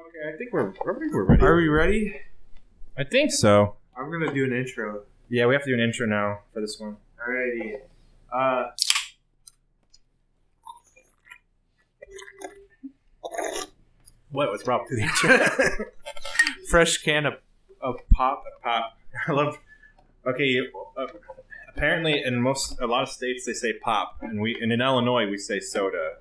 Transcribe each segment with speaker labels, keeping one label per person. Speaker 1: Okay, I think we're. I think we're ready.
Speaker 2: Are we ready?
Speaker 3: I think so.
Speaker 2: I'm gonna do an intro.
Speaker 3: Yeah, we have to do an intro now for this one.
Speaker 2: Alrighty. Uh.
Speaker 3: What was wrong with the
Speaker 2: Fresh can of, of pop.
Speaker 3: pop? I love. Okay, uh, apparently in most a lot of states they say pop, and we and in Illinois we say soda.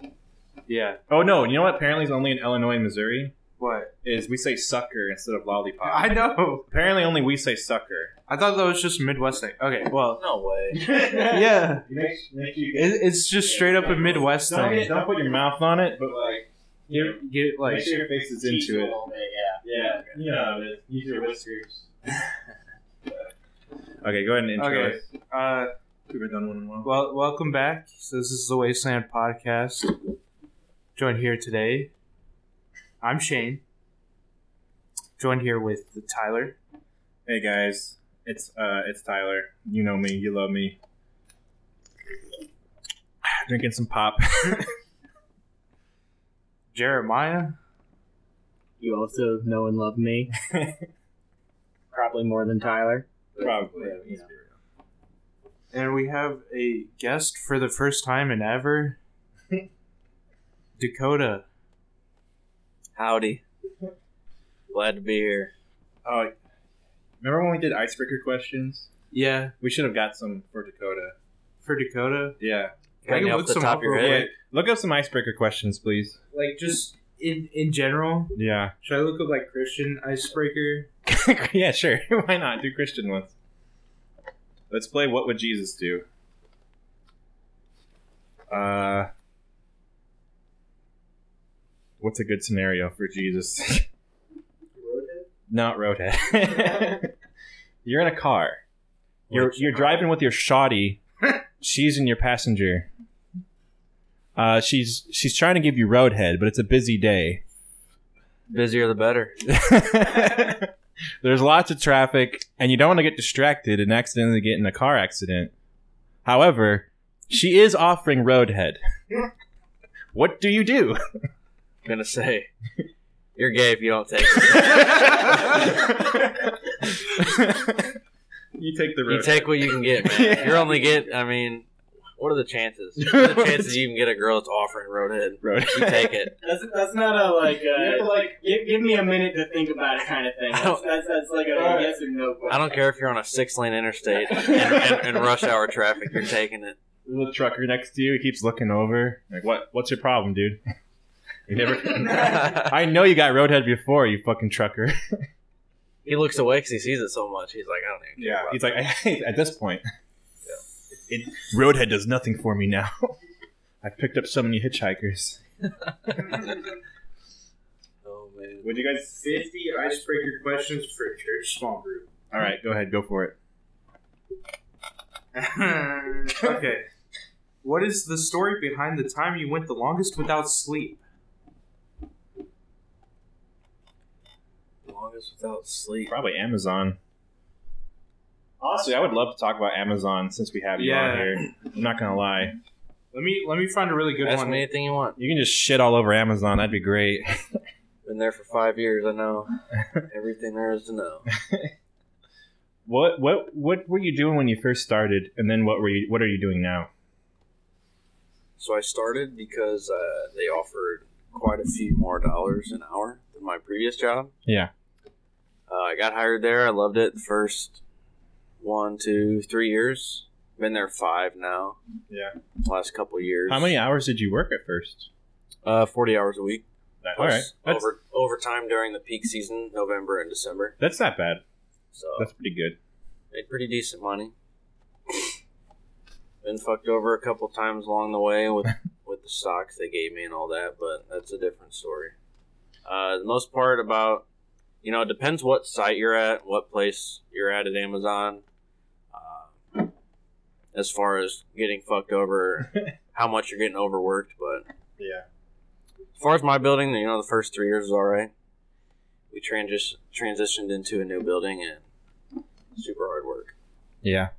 Speaker 2: Yeah.
Speaker 3: Oh no, you know what? Apparently it's only in Illinois and Missouri
Speaker 2: What?
Speaker 3: is we say sucker instead of lollipop.
Speaker 2: I know.
Speaker 3: apparently only we say sucker.
Speaker 2: I thought that was just a Midwest thing. Okay. Well.
Speaker 1: No way.
Speaker 3: yeah.
Speaker 2: Yeah.
Speaker 3: Make, make you
Speaker 2: It, it's just straight up a Midwest
Speaker 3: don't,
Speaker 2: thing.
Speaker 3: don't put your mouth on it, but like
Speaker 2: Get, get
Speaker 3: like
Speaker 2: like.
Speaker 3: make sure your face is into it.
Speaker 1: Yeah.
Speaker 3: Yeah, you know, it. use your whiskers. okay, go ahead and intro
Speaker 2: Okay.
Speaker 3: it.
Speaker 2: Uh.
Speaker 3: We haven't done one in a while.
Speaker 2: Well, welcome back. So this is the Wasteland Podcast. Joined here today, I'm Shane. Joined here with the Tyler.
Speaker 3: Hey guys, it's uh, it's Tyler. You know me, you love me. Drinking some pop.
Speaker 2: Jeremiah.
Speaker 1: You also know and love me. Probably more than Tyler.
Speaker 3: Probably.
Speaker 1: Yeah.
Speaker 2: And we have a guest for the first time in ever. Dakota.
Speaker 4: Howdy. Glad to be here.
Speaker 3: Oh, remember when we did icebreaker questions?
Speaker 2: Yeah,
Speaker 3: We should have got some for Dakota.
Speaker 2: for Dakota.
Speaker 3: Yeah.
Speaker 2: I
Speaker 4: Right
Speaker 2: can
Speaker 4: now,
Speaker 2: look
Speaker 4: off the
Speaker 2: some
Speaker 4: top
Speaker 2: up
Speaker 4: of your
Speaker 2: real
Speaker 4: head.
Speaker 2: quick.
Speaker 3: Yeah. Look up some icebreaker questions, please.
Speaker 2: Like just in in general.
Speaker 3: Yeah.
Speaker 2: Should I look up like Christian icebreaker?
Speaker 3: yeah, sure. Why not? Do Christian ones. Let's play What Would Jesus Do? Uh. What's a good scenario for Jesus? Not Roadhead. you're in a car. You're
Speaker 2: Which-
Speaker 3: you're driving with your shoddy. she's in your passenger. Uh, she's she's trying to give you roadhead, but it's a busy day.
Speaker 4: Busier the better.
Speaker 3: There's lots of traffic, and you don't want to get distracted and accidentally get in a car accident. However, she is offering roadhead. what do you do?
Speaker 4: I'm gonna say, you're gay if you don't take it.
Speaker 3: you take the
Speaker 4: You
Speaker 3: road.
Speaker 4: take what you can get, man. You're only get. I mean, what are the chances? What are the chances you can get a girl that's offering roadhead?
Speaker 3: road.
Speaker 4: You take it.
Speaker 5: That's, that's not a like. Uh, give, give me a minute to think about it kind of thing.
Speaker 4: I don't-
Speaker 5: That's, that's, that's like a
Speaker 2: Alright.
Speaker 5: yes or no question.
Speaker 4: I don't care if you're on a six lane interstate and, and, and rush hour traffic. You're taking it.
Speaker 3: Little trucker next to you, he keeps looking over. Like, what? What's your problem, dude? You never. I know you got roadhead before, you fucking trucker.
Speaker 4: he looks away because he sees it so much. He's like, I don't even. Care about
Speaker 3: He's like, I, at this point, it, roadhead does nothing for me now. I picked up so many hitchhikers.
Speaker 4: it. Oh man.
Speaker 3: Would you guys?
Speaker 2: 50 icebreaker questions for church small group.
Speaker 3: All right, go ahead, go for it.
Speaker 2: okay. What is the story behind the time you went the longest without sleep?
Speaker 4: Longest without sleep.
Speaker 3: Probably Amazon. Honestly, I would love to talk about Amazon since we have you
Speaker 2: Yeah.
Speaker 3: on here. I'm not gonna lie.
Speaker 2: Let me let me find a really good
Speaker 4: Ask
Speaker 2: one.
Speaker 4: me anything you want.
Speaker 3: You can just shit all over Amazon. That'd be great.
Speaker 4: Been there for five years. I know everything there is to know.
Speaker 3: What what what were you doing when you first started, and then what were you what are you doing now?
Speaker 4: So I started because uh, they offered quite a few more dollars an hour than my previous job.
Speaker 3: Yeah.
Speaker 4: Uh, I got hired there. I loved it the first one, two, three years. Been there five now.
Speaker 3: Yeah.
Speaker 4: Last couple years.
Speaker 3: How many hours did you work at first?
Speaker 4: Uh, 40 hours a week.
Speaker 3: All right,
Speaker 4: plus
Speaker 3: that's
Speaker 4: Over, overtime during the peak season, November and December.
Speaker 3: that's not bad.
Speaker 4: So
Speaker 3: That's pretty good.
Speaker 4: made pretty decent money. Been fucked over a couple times along the way with with the stocks they gave me and all that, but that's a different story. Uh, the most part about you know it depends what site you're at, what place you're at at Amazon. Uh, as far as getting fucked over, how much you're getting overworked, but
Speaker 3: Yeah.
Speaker 4: as far as my building, you know, the first three years was all right. We transis- transitioned into a new building and super hard work.
Speaker 3: Yeah.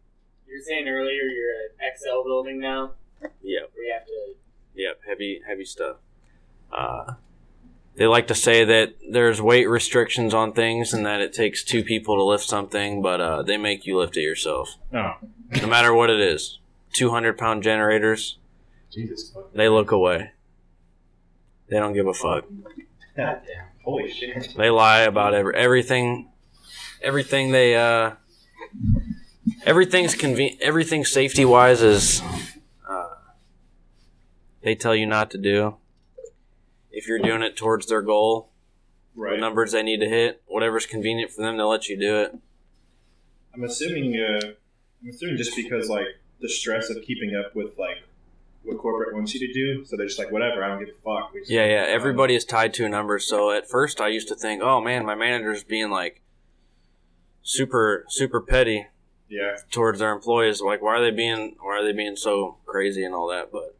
Speaker 5: You were saying earlier you're an XL building now,
Speaker 4: Yeah,
Speaker 5: where you have to.
Speaker 4: Yep, heavy, heavy stuff. Uh, they like to say that there's weight restrictions on things and that it takes two people to lift something, but uh, they make you lift it yourself,
Speaker 3: Oh.
Speaker 4: no matter what it is. 200 pound generators,
Speaker 6: Jesus fuck.
Speaker 4: they look away. They don't give a fuck.
Speaker 6: God damn. Holy shit.
Speaker 4: They lie about every, everything. Everything they uh, everything's conven- Everything safety wise is uh, they tell you not to do. If you're doing it towards their goal, the
Speaker 6: Right.
Speaker 4: numbers they need to hit, whatever's convenient for them, they'll let you do it.
Speaker 6: I'm assuming. Uh, I'm assuming just because like the stress of keeping up with like what corporate wants you to do, so they're just like, whatever. I don't give a fuck. We just-
Speaker 4: Yeah, yeah. Everybody is tied to a number. So at first, I used to think, oh man, my manager's being like super, super petty
Speaker 6: Yeah.
Speaker 4: towards their employees. Like, why are they being, why are they being so crazy and all that? But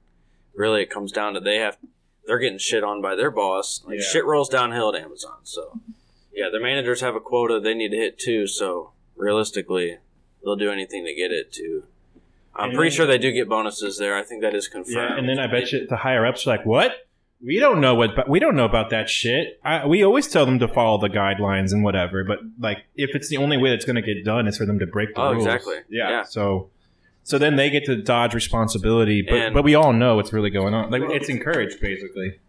Speaker 4: really, it comes down to they have, they're getting shit on by their boss. Like
Speaker 6: Yeah.
Speaker 4: shit rolls downhill at Amazon. So yeah, their managers have a quota they need to hit too. So realistically, they'll do anything to get it too. I'm
Speaker 6: And
Speaker 4: pretty
Speaker 6: then-
Speaker 4: sure they do get bonuses there. I think that is confirmed.
Speaker 6: Yeah,
Speaker 3: And then I bet you the higher ups are like, "What? We don't know what. But we don't know about that shit. I, we always tell them to follow the guidelines and whatever. But like, if it's the only way that's going to get done is for them to break the
Speaker 4: Oh,
Speaker 3: rules.
Speaker 4: exactly.
Speaker 6: Yeah.
Speaker 4: yeah.
Speaker 3: So, so then they get to dodge responsibility. But
Speaker 4: And-
Speaker 3: but we all know what's really going on. Like it's encouraged basically.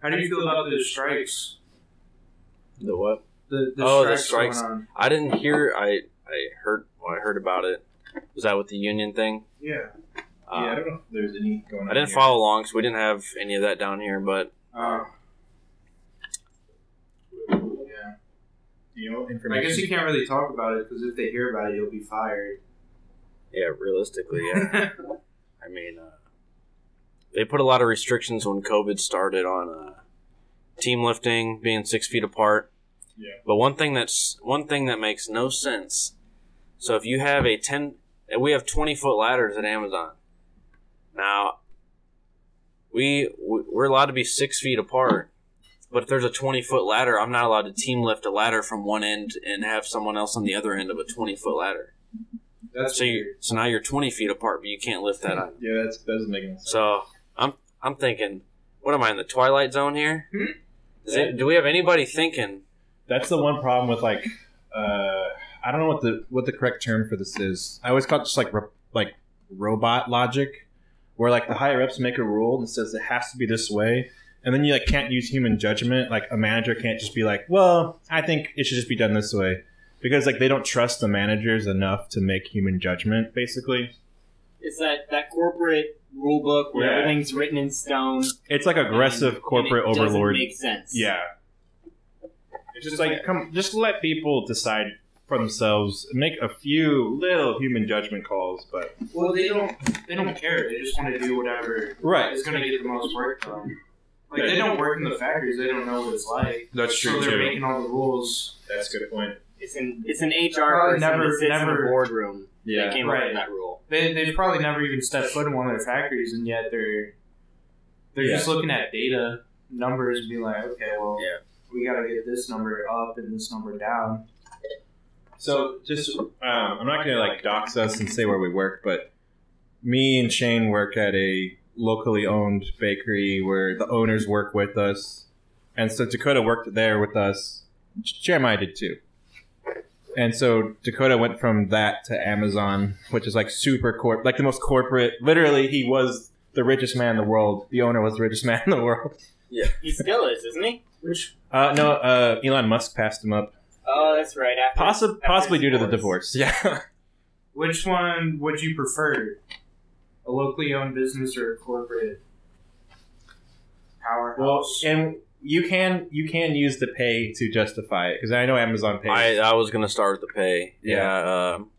Speaker 7: How do you feel about the strikes?
Speaker 4: The what?
Speaker 7: The, the
Speaker 4: Oh, the
Speaker 7: strikes,
Speaker 4: strikes.
Speaker 7: going on.
Speaker 4: I didn't hear. I I heard. Well, I heard about it. Was that with the union thing?
Speaker 6: Yeah.
Speaker 4: Uh,
Speaker 6: yeah. I don't know if there's any going on.
Speaker 4: I didn't
Speaker 6: here.
Speaker 4: follow along, so we didn't have any of that down here. But
Speaker 7: Uh,
Speaker 6: Uh, Yeah. You know,
Speaker 7: I
Speaker 6: information.
Speaker 7: guess you can't really talk about it because if they hear about it, you'll be fired.
Speaker 4: yeah, realistically, yeah. I mean, uh, they put a lot of restrictions when COVID started on uh, team lifting, being six feet apart.
Speaker 6: Yeah.
Speaker 4: But one thing that's one thing that makes no sense. So if you have a ten, and we have twenty foot ladders at Amazon. Now, we we- we're allowed to be six feet apart, but if there's a twenty foot ladder, I'm not allowed to team lift a ladder from one end and have someone else on the other end of a twenty foot ladder.
Speaker 7: That's
Speaker 4: So you so now you're twenty feet apart, but you can't lift that on.
Speaker 6: yeah, that's, that doesn't make any sense.
Speaker 4: So I'm I'm thinking, what am I in the twilight zone here?
Speaker 7: Hmm?
Speaker 4: Is it, do we have anybody thinking?
Speaker 3: That's the one problem with like, uh, I don't know what the what the correct term for this is. I always call it just like ro- like robot logic, where like the higher ups make a rule that says it has to be this way, and then you like can't use human judgment. Like a manager can't just be like, well, I think it should just be done this way, because like they don't trust the managers enough to make human judgment. Basically,
Speaker 5: It's that, that corporate rule book where
Speaker 3: Yeah.
Speaker 5: everything's written in stone.
Speaker 3: it's like aggressive
Speaker 5: and-
Speaker 3: corporate
Speaker 5: and it doesn't
Speaker 3: overlord.
Speaker 5: make sense.
Speaker 3: Yeah. It's just like come just let people decide for themselves. Make a few little human judgment calls, but
Speaker 7: well, they don't. They don't care. They just want to do whatever
Speaker 3: Right.
Speaker 7: is going to get the most work done. Like they don't work in the factories. They don't know what it's like.
Speaker 3: That's
Speaker 7: so they're making all the rules.
Speaker 6: That's a good point.
Speaker 5: It's an it's an HR
Speaker 7: Probably
Speaker 5: person
Speaker 7: never-
Speaker 5: that sits in
Speaker 7: never-
Speaker 5: a boardroom
Speaker 3: Yeah.
Speaker 5: that came up
Speaker 7: Right.
Speaker 5: with that rule.
Speaker 7: They they've probably never even stepped foot in one of their factories, and yet they're they're just looking at data numbers and be like, okay, well,
Speaker 4: Yeah.
Speaker 7: we got to get this number up and this number down.
Speaker 3: So just um, I'm not gonna like dox us and say where we work, but me and Shane work at a locally owned bakery where the owners work with us, and so Dakota worked there with us. Jeremiah did too, and so Dakota went from that to Amazon, which is like super corp, like the most corporate. Literally, he was the richest man in the world. The owner was the richest man in the world.
Speaker 5: He still is, isn't he? Which
Speaker 3: Uh, no, uh, Elon Musk passed him up,
Speaker 5: oh, that's right. After,
Speaker 3: Possi-
Speaker 5: after
Speaker 3: possibly due to the
Speaker 5: divorce.
Speaker 3: divorce. Yeah.
Speaker 7: Which one would you prefer? A locally owned business or a corporate
Speaker 3: Well,
Speaker 7: powerhouse?
Speaker 3: and you can you can use the pay to justify it because I know Amazon pays.
Speaker 4: I I was gonna start with the pay.
Speaker 3: Yeah.
Speaker 4: Yeah. um,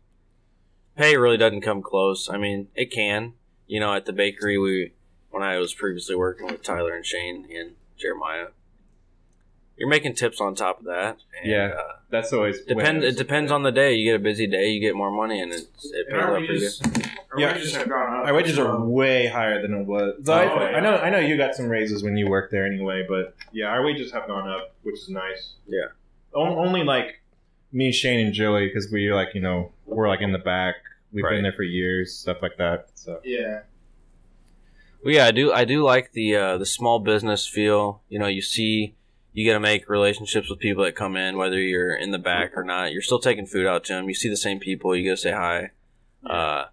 Speaker 4: pay really doesn't come close. I mean, it can. You know, at the bakery, we when I was previously working with Tyler and Shane and Jeremiah, you're making tips on top of that. And,
Speaker 3: Yeah.
Speaker 4: Uh,
Speaker 3: That's always
Speaker 4: depend. It depends on the day. You get a busy day, you get more money, and it, it
Speaker 7: And
Speaker 4: pays
Speaker 7: our
Speaker 4: up pretty good.
Speaker 7: wages, our
Speaker 3: Yeah.
Speaker 7: wages have gone up.
Speaker 3: Our wages are
Speaker 7: so-
Speaker 3: way higher than it was.
Speaker 7: Oh,
Speaker 3: I,
Speaker 7: yeah.
Speaker 3: I know I know you got some raises when you worked there anyway, but
Speaker 6: Yeah, our wages have gone up, which is nice.
Speaker 3: on- only like me, Shane, and Joey because we like you know we're like in the back. We've
Speaker 4: Right.
Speaker 3: been there for years, stuff like that. So
Speaker 7: Yeah.
Speaker 4: Well, yeah, I do. I do like the uh, the small business feel. You know, you see, you got to make relationships with people that come in, whether you're in the back or not. You're still taking food out to them. You see the same people. You got to say hi. Uh,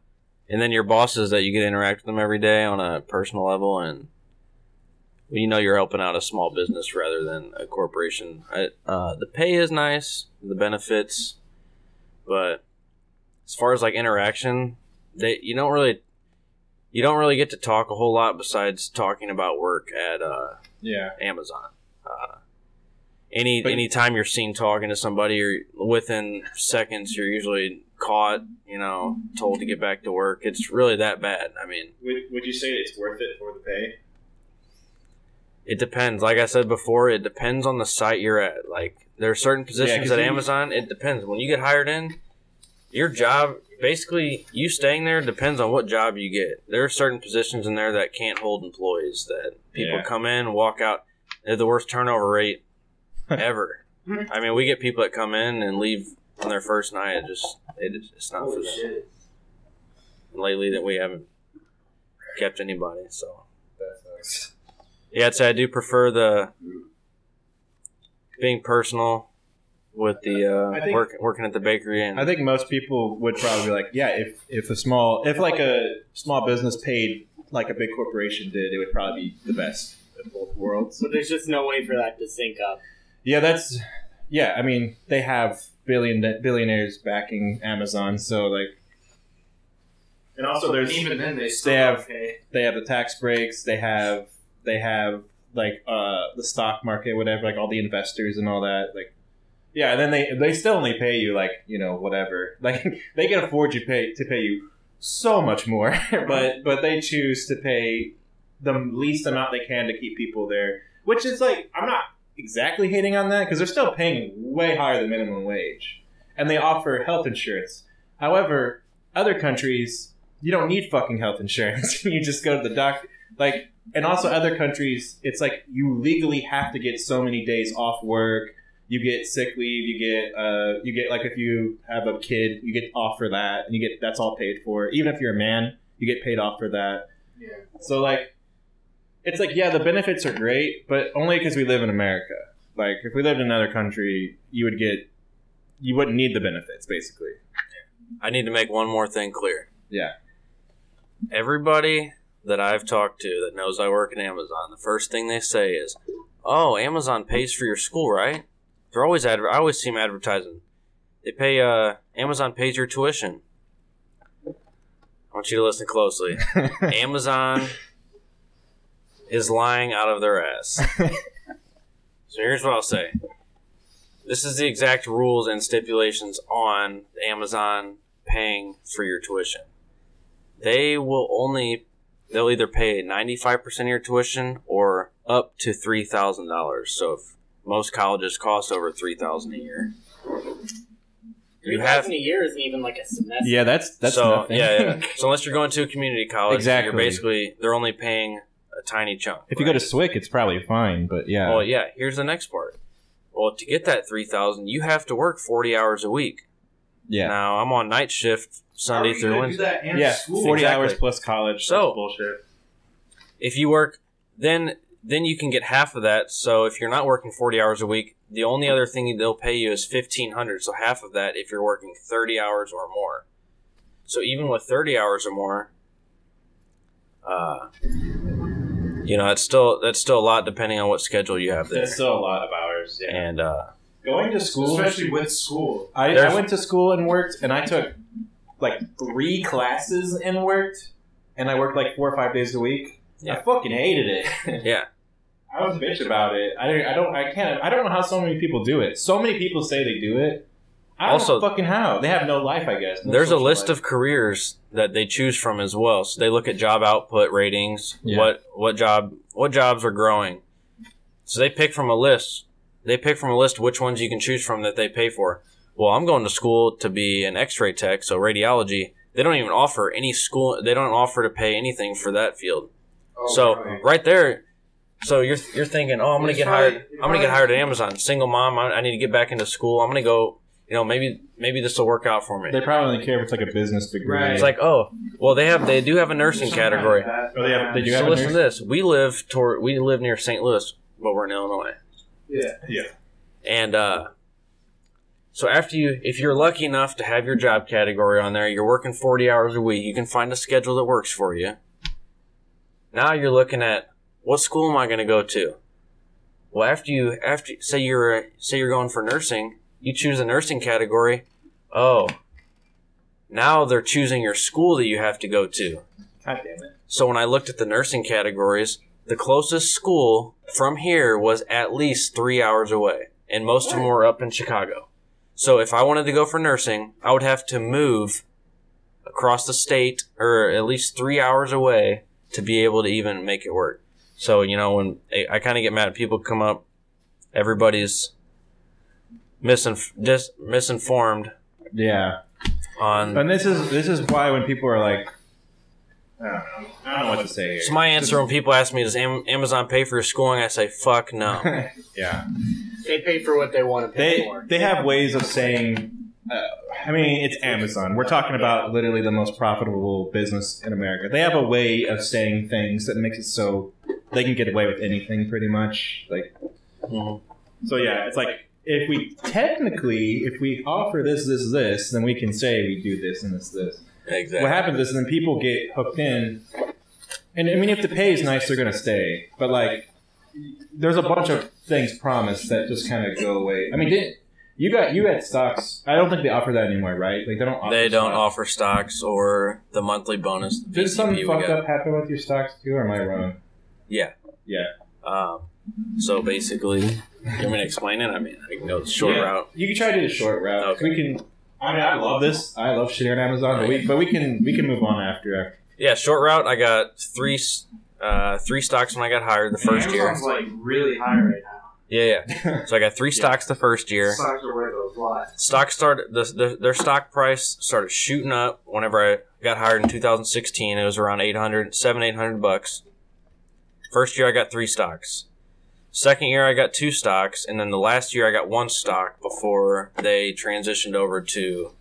Speaker 4: and then your bosses that you get to interact with them every day on a personal level, and well, you know you're helping out a small business rather than a corporation. I, uh, the pay is nice, the benefits, but as far as like interaction, they you don't really you don't really get to talk a whole lot besides talking about work at uh,
Speaker 6: Yeah.
Speaker 4: Amazon. Uh, any
Speaker 3: But-
Speaker 4: any time you're seen talking to somebody, you're within seconds. You're usually caught, you know, told to get back to work. It's really that bad. I mean,
Speaker 6: Would, would you say it's worth it for the pay?
Speaker 4: it depends. Like I said before, it depends on the site you're at. Like there are certain positions
Speaker 3: 'cause
Speaker 4: at
Speaker 3: you-
Speaker 4: Amazon. It depends. When you get hired in, your job basically you staying there depends on what job you get. There are certain positions in there that can't hold employees. That people
Speaker 6: Yeah.
Speaker 4: come in, walk out. They're the worst turnover rate ever. I mean, we get people that come in and leave on their first night. It just it, it's not for
Speaker 5: Holy
Speaker 4: them.
Speaker 5: shit.
Speaker 4: Lately, that we haven't kept anybody. So yeah, I'd say I do prefer the being personal with the
Speaker 6: I
Speaker 4: uh,
Speaker 6: think-
Speaker 4: work, working at the bakery and
Speaker 3: I think most people would probably be like, yeah, if if a small if like a small business paid like a big corporation did, it would probably be the best of both worlds.
Speaker 8: So there's just no way for that to sync up.
Speaker 3: Yeah, that's yeah. I mean, they have billion billionaires backing Amazon, so like
Speaker 6: And also, there's
Speaker 5: even then they
Speaker 3: they
Speaker 5: still
Speaker 3: have
Speaker 5: okay.
Speaker 3: they have the tax breaks, they have they have like uh the stock market, whatever, like all the investors and all that, like. Yeah, and then they they still only pay you like you know whatever like they can afford to pay to pay you so much more, but but they choose to pay the least amount they can to keep people there, which is like I'm not exactly hating on that because they're still paying way higher than minimum wage, and they offer health insurance. However, other countries you don't need fucking health insurance. you just go to the doctor. Like, and also other countries, it's like you legally have to get so many days off work. You get sick leave. You get uh, you get like if you have a kid, you get off for that, and you get that's all paid for. Even if you're a man, you get paid off for that.
Speaker 5: Yeah.
Speaker 3: So like, it's like yeah, the benefits are great, but only because we live in America. Like if we lived in another country, you would get you wouldn't need the benefits basically.
Speaker 4: I need to make one more thing clear.
Speaker 3: Yeah.
Speaker 4: Everybody that I've talked to that knows I work at Amazon, the first thing they say is, "Oh, Amazon pays for your school, right?" They're always adver- I always see them advertising. They pay. Uh, Amazon pays your tuition. I want you to listen closely. Amazon is lying out of their ass. so here's what I'll say. This is the exact rules and stipulations on Amazon paying for your tuition. They will only they'll either pay 95% of your tuition or up to $3,000. So if most colleges cost over 3000 a year.
Speaker 8: Three
Speaker 4: You have
Speaker 8: thousand a year isn't even like a semester.
Speaker 3: Yeah, that's that's
Speaker 4: so
Speaker 3: nothing.
Speaker 4: yeah, yeah. So unless you're going to a community college,
Speaker 3: Exactly.
Speaker 4: you're basically they're only paying a tiny chunk.
Speaker 3: If you go to
Speaker 4: right?
Speaker 3: Swick, it's probably fine, but yeah.
Speaker 4: Well, yeah. Here's the next part. Well, to get that three thousand, you have to work forty hours a week.
Speaker 3: yeah.
Speaker 4: Now I'm on night shift Sunday through Wednesday.
Speaker 3: yeah, 40
Speaker 4: Exactly.
Speaker 3: hours plus college.
Speaker 4: So-
Speaker 3: that's
Speaker 6: bullshit.
Speaker 4: If you work, then then you can get half of that. So if you're not working forty hours a week, the only other thing they'll pay you is fifteen hundred. So half of that if you're working thirty hours or more. So even with thirty hours or more, uh, you know that's still that's still a lot depending on what schedule you have there.
Speaker 6: That's still a lot of hours. Yeah.
Speaker 4: And uh,
Speaker 3: going to school.
Speaker 6: Especially with school.
Speaker 3: I, I
Speaker 4: There's-
Speaker 3: went to school and worked, and I took like three classes and worked, and I worked like four or five days a week.
Speaker 4: Yeah.
Speaker 3: I fucking hated it.
Speaker 4: yeah,
Speaker 3: I was a bitch about it. I don't, I don't, I can't, I don't know how so many people do it. So many people say they do it. I don't
Speaker 4: Also-
Speaker 3: know fucking how. They have no life, I guess. no
Speaker 4: there's a
Speaker 3: social
Speaker 4: list
Speaker 3: life.
Speaker 4: of careers that they choose from as well. So they look at job output ratings,
Speaker 3: Yeah.
Speaker 4: what what job what jobs are growing. So they pick from a list. They pick from a list which ones you can choose from that they pay for. Well, I'm going to school to be an X-ray tech, so radiology. They don't even offer any school. They don't offer to pay anything for that field.
Speaker 2: Oh,
Speaker 7: Oh,
Speaker 4: so right there, so you're you're thinking, oh, I'm gonna
Speaker 5: It's
Speaker 4: get
Speaker 5: probably-
Speaker 4: hired. I'm gonna get hired at Amazon. Single mom. I, I need to get back into school. I'm gonna go. You know, maybe maybe this will work out for me.
Speaker 3: They probably only care if it's like a business degree.
Speaker 5: Right.
Speaker 4: It's like, oh, well, they have they do have a nursing category.
Speaker 5: Something like that.
Speaker 3: Oh, they have- they do
Speaker 4: so
Speaker 3: have a
Speaker 4: listen to this. We live toward we live near St. Louis, but we're in Illinois.
Speaker 6: Yeah. Yeah.
Speaker 4: And uh, so after you, if you're lucky enough to have your job category on there, you're working 40 hours a week, you can find a schedule that works for you. Now you're looking at what school am I going to go to? Well, after you, after say you're say you're going for nursing, you choose a nursing category. Oh, now they're choosing your school that you have to go to.
Speaker 6: God damn it.
Speaker 4: So when I looked at the nursing categories, the closest school from here was at least three hours away, and most of them were up in Chicago. So if I wanted to go for nursing, I would have to move across the state or at least three hours away to be able to even make it work. So you know when I, I kind of get mad, people come up, everybody's misinf- dis- misinformed
Speaker 3: Yeah.
Speaker 4: on.
Speaker 3: And this is this is why when people are like,
Speaker 6: I don't know. I don't know what to say
Speaker 4: So
Speaker 6: here.
Speaker 4: my answer when people ask me, "Does Am- Amazon pay for your schooling?" I say, "Fuck no."
Speaker 6: Yeah.
Speaker 8: They pay for what they want to pay
Speaker 3: they
Speaker 8: for.
Speaker 3: they have ways of saying. Uh, I mean, it's Amazon. We're talking about literally the most profitable business in America. They have a way of saying things that makes it so they can get away with anything, pretty much. Like,
Speaker 4: Mhm.
Speaker 3: so yeah, it's like if we technically, if we offer this, this, this, then we can say we do this and this, this.
Speaker 4: Exactly.
Speaker 3: What happens is then people get hooked in, and I mean, if the pay is nice, they're gonna stay. But like, there's a bunch of things promised that just kind of go away. I mean, did you got you had stocks? I don't think they offer that anymore, right? Like they don't. Offer
Speaker 4: They don't
Speaker 3: stocks.
Speaker 4: offer stocks or the monthly bonus. the
Speaker 3: Did something
Speaker 4: VCP we
Speaker 3: fucked
Speaker 4: got.
Speaker 3: up happen with your stocks too? Or am I wrong?
Speaker 4: Um, so basically, you want me to explain it? I mean, I can go the short
Speaker 3: Yeah.
Speaker 4: route.
Speaker 3: You can try to do the short route.
Speaker 4: Okay.
Speaker 3: We can.
Speaker 6: I mean, I love this.
Speaker 3: I love shitting on Amazon, but we but we can we can move on after after.
Speaker 4: Yeah, short route. I got three, s- uh, three stocks when I got hired the first year.
Speaker 5: Amazon's like really high right now.
Speaker 4: Yeah, yeah. So I got three stocks the first year.
Speaker 5: Stocks are worth a lot.
Speaker 4: Stock started the, the, their stock price started shooting up whenever I got hired in 2016. It was around 800, 7 800 bucks. First year I got three stocks. Second year I got two stocks, and then the last year I got one stock before they transitioned over to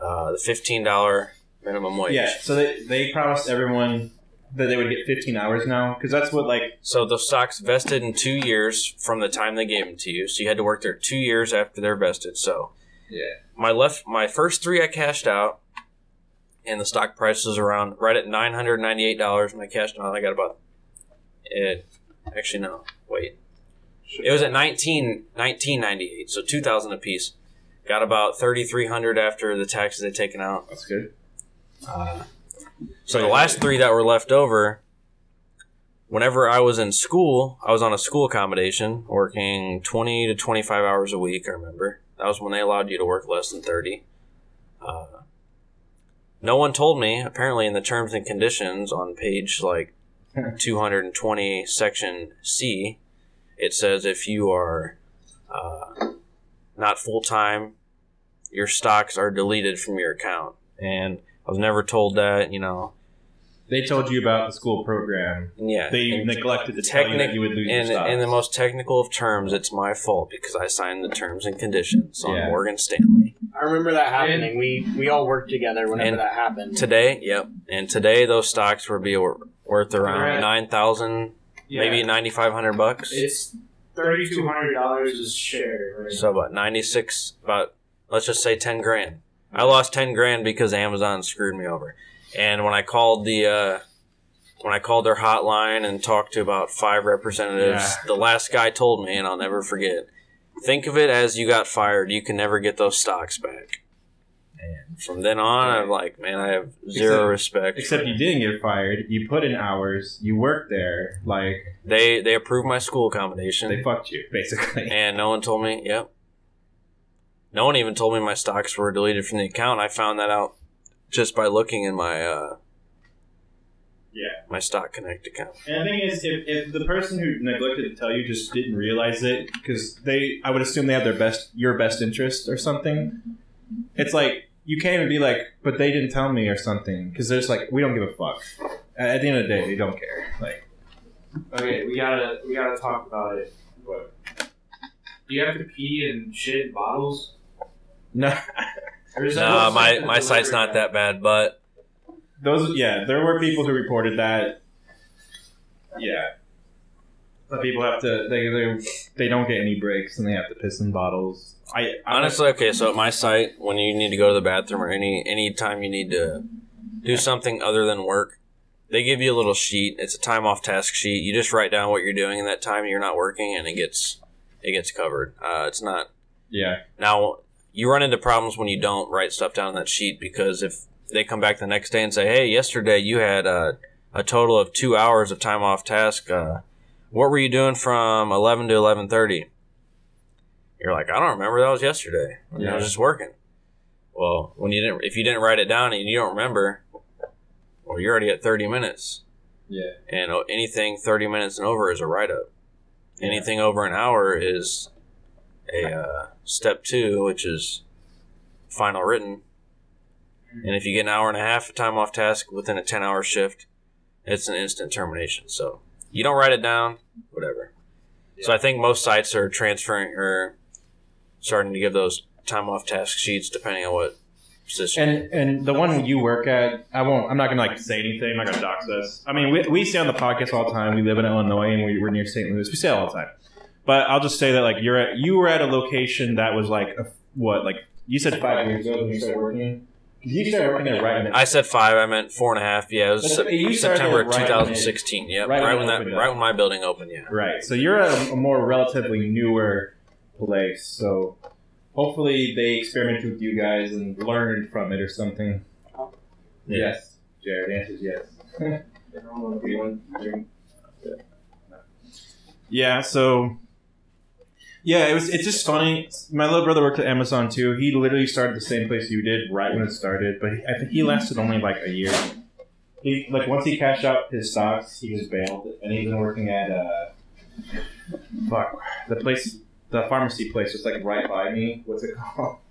Speaker 4: uh, the fifteen dollar minimum wage.
Speaker 3: Yeah. So they they promised everyone that they would get 15 hours now because that's what like
Speaker 4: So those stocks vested in two years from the time they gave them to you. So you had to work there two years after they're vested. So
Speaker 3: Yeah.
Speaker 4: my left my first three I cashed out, and the stock price was around right at nine hundred ninety eight dollars. When I cashed out, I got about it. Actually, no, wait. It was at 19 1998, so two thousand apiece. Got about thirty three hundred after the taxes they'd taken out. Uh,
Speaker 3: that's good.
Speaker 4: So the last three that were left over, whenever I was in school, I was on a school accommodation, working twenty to twenty five hours a week. I remember that was when they allowed you to work less than thirty. Uh, no one told me. Apparently, in the terms and conditions on page like two hundred and twenty, section C, it says if you are uh, not full time, your stocks are deleted from your account. And I was never told that, you know.
Speaker 3: They told you about the school program
Speaker 4: Yeah.
Speaker 3: they
Speaker 4: and,
Speaker 3: neglected to tell you that
Speaker 4: technic-
Speaker 3: you would lose your
Speaker 4: and
Speaker 3: stocks.
Speaker 4: in the most technical of terms, it's my fault because I signed the terms and conditions on
Speaker 3: Yeah.
Speaker 4: Morgan Stanley.
Speaker 8: I remember that happening. We we all worked together whenever
Speaker 4: And
Speaker 8: that happened.
Speaker 4: Today, yep. And today, those stocks would be wor- worth
Speaker 5: Right.
Speaker 4: around nine thousand, maybe ninety five hundred bucks.
Speaker 5: It's thirty two hundred dollars a share. Right
Speaker 4: So about ninety six, about let's just say ten grand. I lost ten grand because Amazon screwed me over. And when I called the uh, when I called their hotline and talked to about five representatives,
Speaker 3: Yeah.
Speaker 4: the last guy told me, and I'll never forget. Think of it as you got fired. You can never get those stocks back. And from then on, I'm like, man, I have zero
Speaker 3: Except-
Speaker 4: respect.
Speaker 3: Except you didn't get fired. You put in hours. You worked there. Like
Speaker 4: they they approved my school accommodation.
Speaker 3: they fucked you, basically.
Speaker 4: And no one told me. Yep. No one even told me my stocks were deleted from the account. I found that out just by looking in my uh,
Speaker 6: Yeah.
Speaker 4: my Stock Connect account.
Speaker 6: And the thing is, if, if the person who neglected to tell you just
Speaker 3: Didn't realize it because they. I would assume they have their best, your best interest or something. It's like you can't even be like, but they didn't tell me or something because they're just like, we don't give a fuck. At at the end of the day, they don't care. Like
Speaker 7: Okay, we gotta we gotta talk about it. What? Do you have to pee and shit in bottles?
Speaker 3: no,
Speaker 7: Or is that
Speaker 4: No,
Speaker 7: just
Speaker 4: my
Speaker 7: the
Speaker 4: my site's
Speaker 7: delivery guy?
Speaker 4: not that bad, but
Speaker 3: those. Yeah, there were people who reported that. Yeah, But people have to they they they don't get any breaks and they have to piss in bottles. I
Speaker 4: Honestly, okay. So at my site, when you need to go to the bathroom or any any time you need to do something other than work, they give you a little sheet. It's a time off task sheet. You just write down what you're doing in that time you're not working, and it gets it gets covered. Uh, it's not
Speaker 3: yeah
Speaker 4: Now, you run into problems when you don't write stuff down on that sheet because if they come back the next day and say, hey, yesterday you had uh, a total of two hours of time off task. Uh, what were you doing from 11 to 11.30? You're like, I don't remember. That was yesterday. I
Speaker 3: Yeah.
Speaker 4: was just working. Well, when you didn't, if you didn't write it down and you don't remember, well, you're already at 30 minutes.
Speaker 3: Yeah.
Speaker 4: And uh, anything 30 minutes and over is a write-up. Anything over an hour is a uh, step two, which is final written. And if you get an hour and a half of time off task within a 10 hour shift, it's an instant termination. So you don't write it down, whatever. So I think most sites are transferring or starting to give those time off task sheets depending on what position.
Speaker 3: and and the one you work at I won't I'm not gonna like say anything I'm not gonna dox us. I mean we we say on the podcast all the time we live in Illinois and we, we're near St. Louis we say it all the time. But I'll just say that like you're at you were at a location that was like a, what like you said five years ago when you started working. You started working there right. in-
Speaker 4: I said five. I meant four and a half. Yeah, it was
Speaker 3: That's
Speaker 4: Sep-
Speaker 3: okay, you started
Speaker 4: September of
Speaker 3: right when it-
Speaker 4: 2016. Yep,
Speaker 3: right
Speaker 4: right,
Speaker 3: when it
Speaker 4: when that,
Speaker 3: opened up.
Speaker 4: right when my building opened. Yeah.
Speaker 3: Right. So you're a, a more relatively newer place. So hopefully they experimented with you guys and learned from it or something. Yes. Jared answers yes. yeah. So. Yeah, it was. It's just funny. My little brother worked at Amazon too. He literally started the same place you did right when it started, but I think he lasted only like a year. He like once he cashed out his stocks, he just bailed, and he's been working at uh, fuck the place, the pharmacy place, just like right by me. What's it called?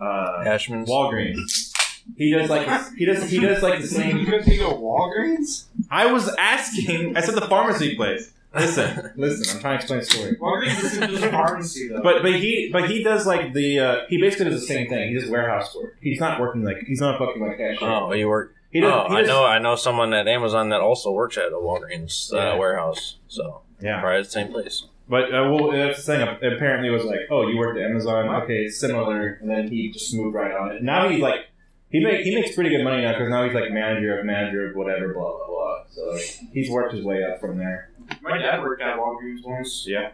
Speaker 3: Uh,
Speaker 4: Ashman's.
Speaker 3: Walgreens. He does like he does he does like the same.
Speaker 6: couldn't think of Walgreens?
Speaker 3: I was asking. I said the pharmacy place. Listen, listen. I'm trying to explain the story.
Speaker 6: Walgreens isn't just a pharmacy though.
Speaker 3: But but he but he does like the uh, he basically does the same thing. He does warehouse work. He's not working like he's not fucking like cashier.
Speaker 4: Oh, you work
Speaker 3: he does,
Speaker 4: oh,
Speaker 3: he
Speaker 4: I
Speaker 3: does-
Speaker 4: know. I know someone at Amazon that also works at a Walgreens uh,
Speaker 3: Yeah.
Speaker 4: warehouse. So
Speaker 3: Yeah.
Speaker 4: probably the same place.
Speaker 3: But uh, well, that's the thing. Apparently, it was like, oh, you worked at Amazon. Okay, it's similar. And then he just moved right on it. Now he's like, he make, he makes pretty good money now because now he's like manager of manager of whatever, blah blah blah. So like, he's worked his way up from there.
Speaker 6: my dad worked at Walgreens once
Speaker 3: Yeah.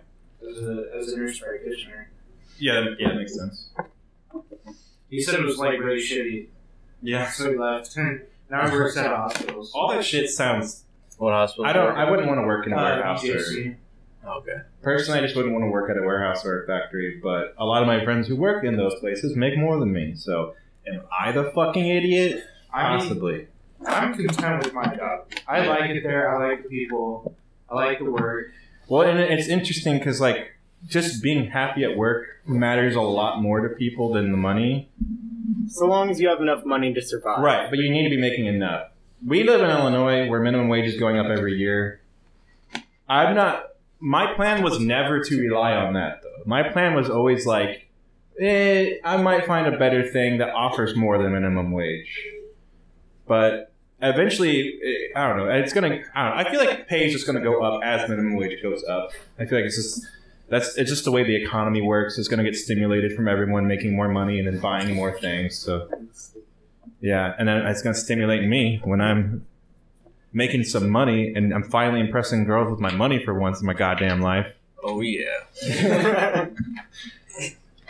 Speaker 6: as a, as a nurse practitioner.
Speaker 3: Yeah. That, yeah. That makes sense.
Speaker 6: He said it was like really shitty,
Speaker 3: Yeah.
Speaker 6: so he left. now he works at hospitals.
Speaker 3: All that shit sounds.
Speaker 4: What hospital?
Speaker 3: I don't. I wouldn't want to work in a
Speaker 6: Uh,
Speaker 3: warehouse. Or,
Speaker 6: BJC.
Speaker 4: Okay.
Speaker 3: personally, I just wouldn't want to work at a warehouse or a factory. But a lot of my friends who work in those places make more than me. So am I the fucking idiot?
Speaker 6: I mean,
Speaker 3: Possibly.
Speaker 6: I'm content with my job. I like it there. I like the people. I like the work.
Speaker 3: Well, and it's interesting because like just being happy at work matters a lot more to people than the money.
Speaker 8: So long as you have enough money to survive.
Speaker 3: Right, but you need to be making enough. We live in Illinois where minimum wage is going up every year. I'm not. My plan was never to rely on that though. My plan was always like, eh, I might find a better thing that offers more than minimum wage. But eventually, eh, I don't know. It's gonna. I don't know. I feel like pay is just gonna go up as minimum wage goes up. I feel like it's just. That's it's just the way the economy works. It's going to get stimulated from everyone making more money and then buying more things. So yeah, and then it's gonna stimulate me when I'm making some money and I'm finally impressing girls with my money for once in my goddamn life.
Speaker 4: Oh yeah.
Speaker 3: Mm,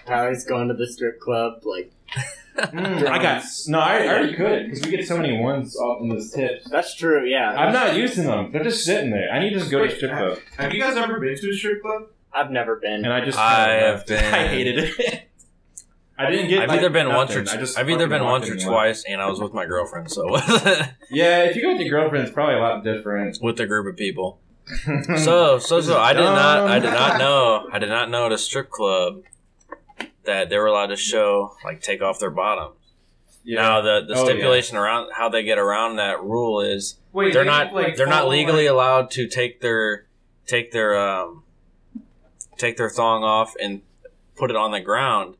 Speaker 8: Tyler's going to the strip club. Like
Speaker 6: Hmm.
Speaker 3: I got no, I already could because we get so many ones off in those tips.
Speaker 8: that's true. Yeah,
Speaker 3: I'm not using them; they're just sitting there. I need to just go to strip club,
Speaker 6: Have you guys ever been to a strip club?
Speaker 8: I've never been.
Speaker 3: and I just
Speaker 4: I have been-
Speaker 3: I hated it. I didn't get.
Speaker 4: I've
Speaker 3: like,
Speaker 4: either been once or
Speaker 3: nothing. I just
Speaker 4: I've either
Speaker 3: fucking
Speaker 4: been
Speaker 3: walked
Speaker 4: once
Speaker 3: in
Speaker 4: or
Speaker 3: and left.
Speaker 4: twice, and I was with my girlfriend, so
Speaker 3: Yeah, if you go with your girlfriend, it's probably a lot different.
Speaker 4: with a group of people. So so so I did not I did not know I did not know at a strip club that they were allowed to show like take off their bottom. Now the the
Speaker 3: Oh, yeah.
Speaker 4: stipulation around how they get around that rule is
Speaker 6: Wait,
Speaker 4: they're
Speaker 6: they,
Speaker 4: not
Speaker 6: like,
Speaker 4: they're not
Speaker 6: follow,
Speaker 4: legally
Speaker 6: like-
Speaker 4: allowed to take their take their um take their thong off and put it on the ground.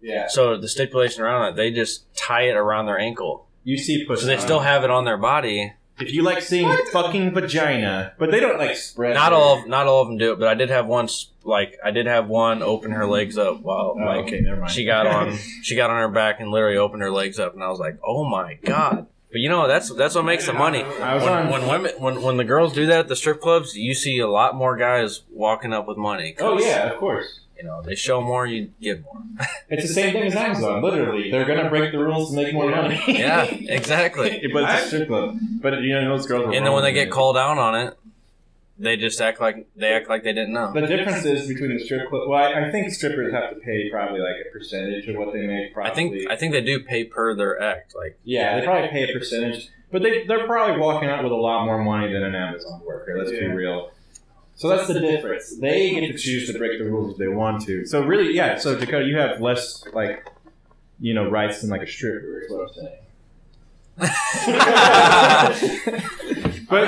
Speaker 3: yeah,
Speaker 4: So the stipulation around that they just tie it around their ankle.
Speaker 3: you see, push.
Speaker 4: So they still have it on their body,
Speaker 3: If you like seeing fucking vagina, but they don't like spread.
Speaker 4: Not
Speaker 3: it.
Speaker 4: all, of, not all of them do it, but I did have one. s- Like I did have one open her legs up while
Speaker 3: Oh,
Speaker 4: like
Speaker 3: okay, never mind.
Speaker 4: she got on, she got on her back and literally opened her legs up, and I was like, oh my god. But you know that's that's what makes the money.
Speaker 3: I was
Speaker 4: When,
Speaker 3: on-
Speaker 4: when women, when, when the girls do that at the strip clubs, you see a lot more guys walking up with money. 'cause,
Speaker 3: Oh yeah, of course.
Speaker 4: you know they show more, you get more.
Speaker 3: It's the same thing as Amazon. Literally, they're gonna break the rules and make more money.
Speaker 4: Yeah, exactly.
Speaker 3: but it's a strip club. But you know those girls. Are
Speaker 4: And then when they
Speaker 3: wrong.
Speaker 4: get called down on it, they just act like they act like they didn't know.
Speaker 3: The difference is between the strip club. Well, I, I think strippers have to pay probably like a percentage of what they make. Probably.
Speaker 4: I think I think they do pay per their act. Like
Speaker 3: Yeah, they probably pay a percentage, but they they're probably walking out with a lot more money than an Amazon worker. Let's be
Speaker 6: Yeah.
Speaker 3: real. So that's the difference. They get to choose to break the rules if they want to. So really, yeah. So Dakota, you have less like, you know, rights than like a stripper. Is what I'm saying. but
Speaker 5: I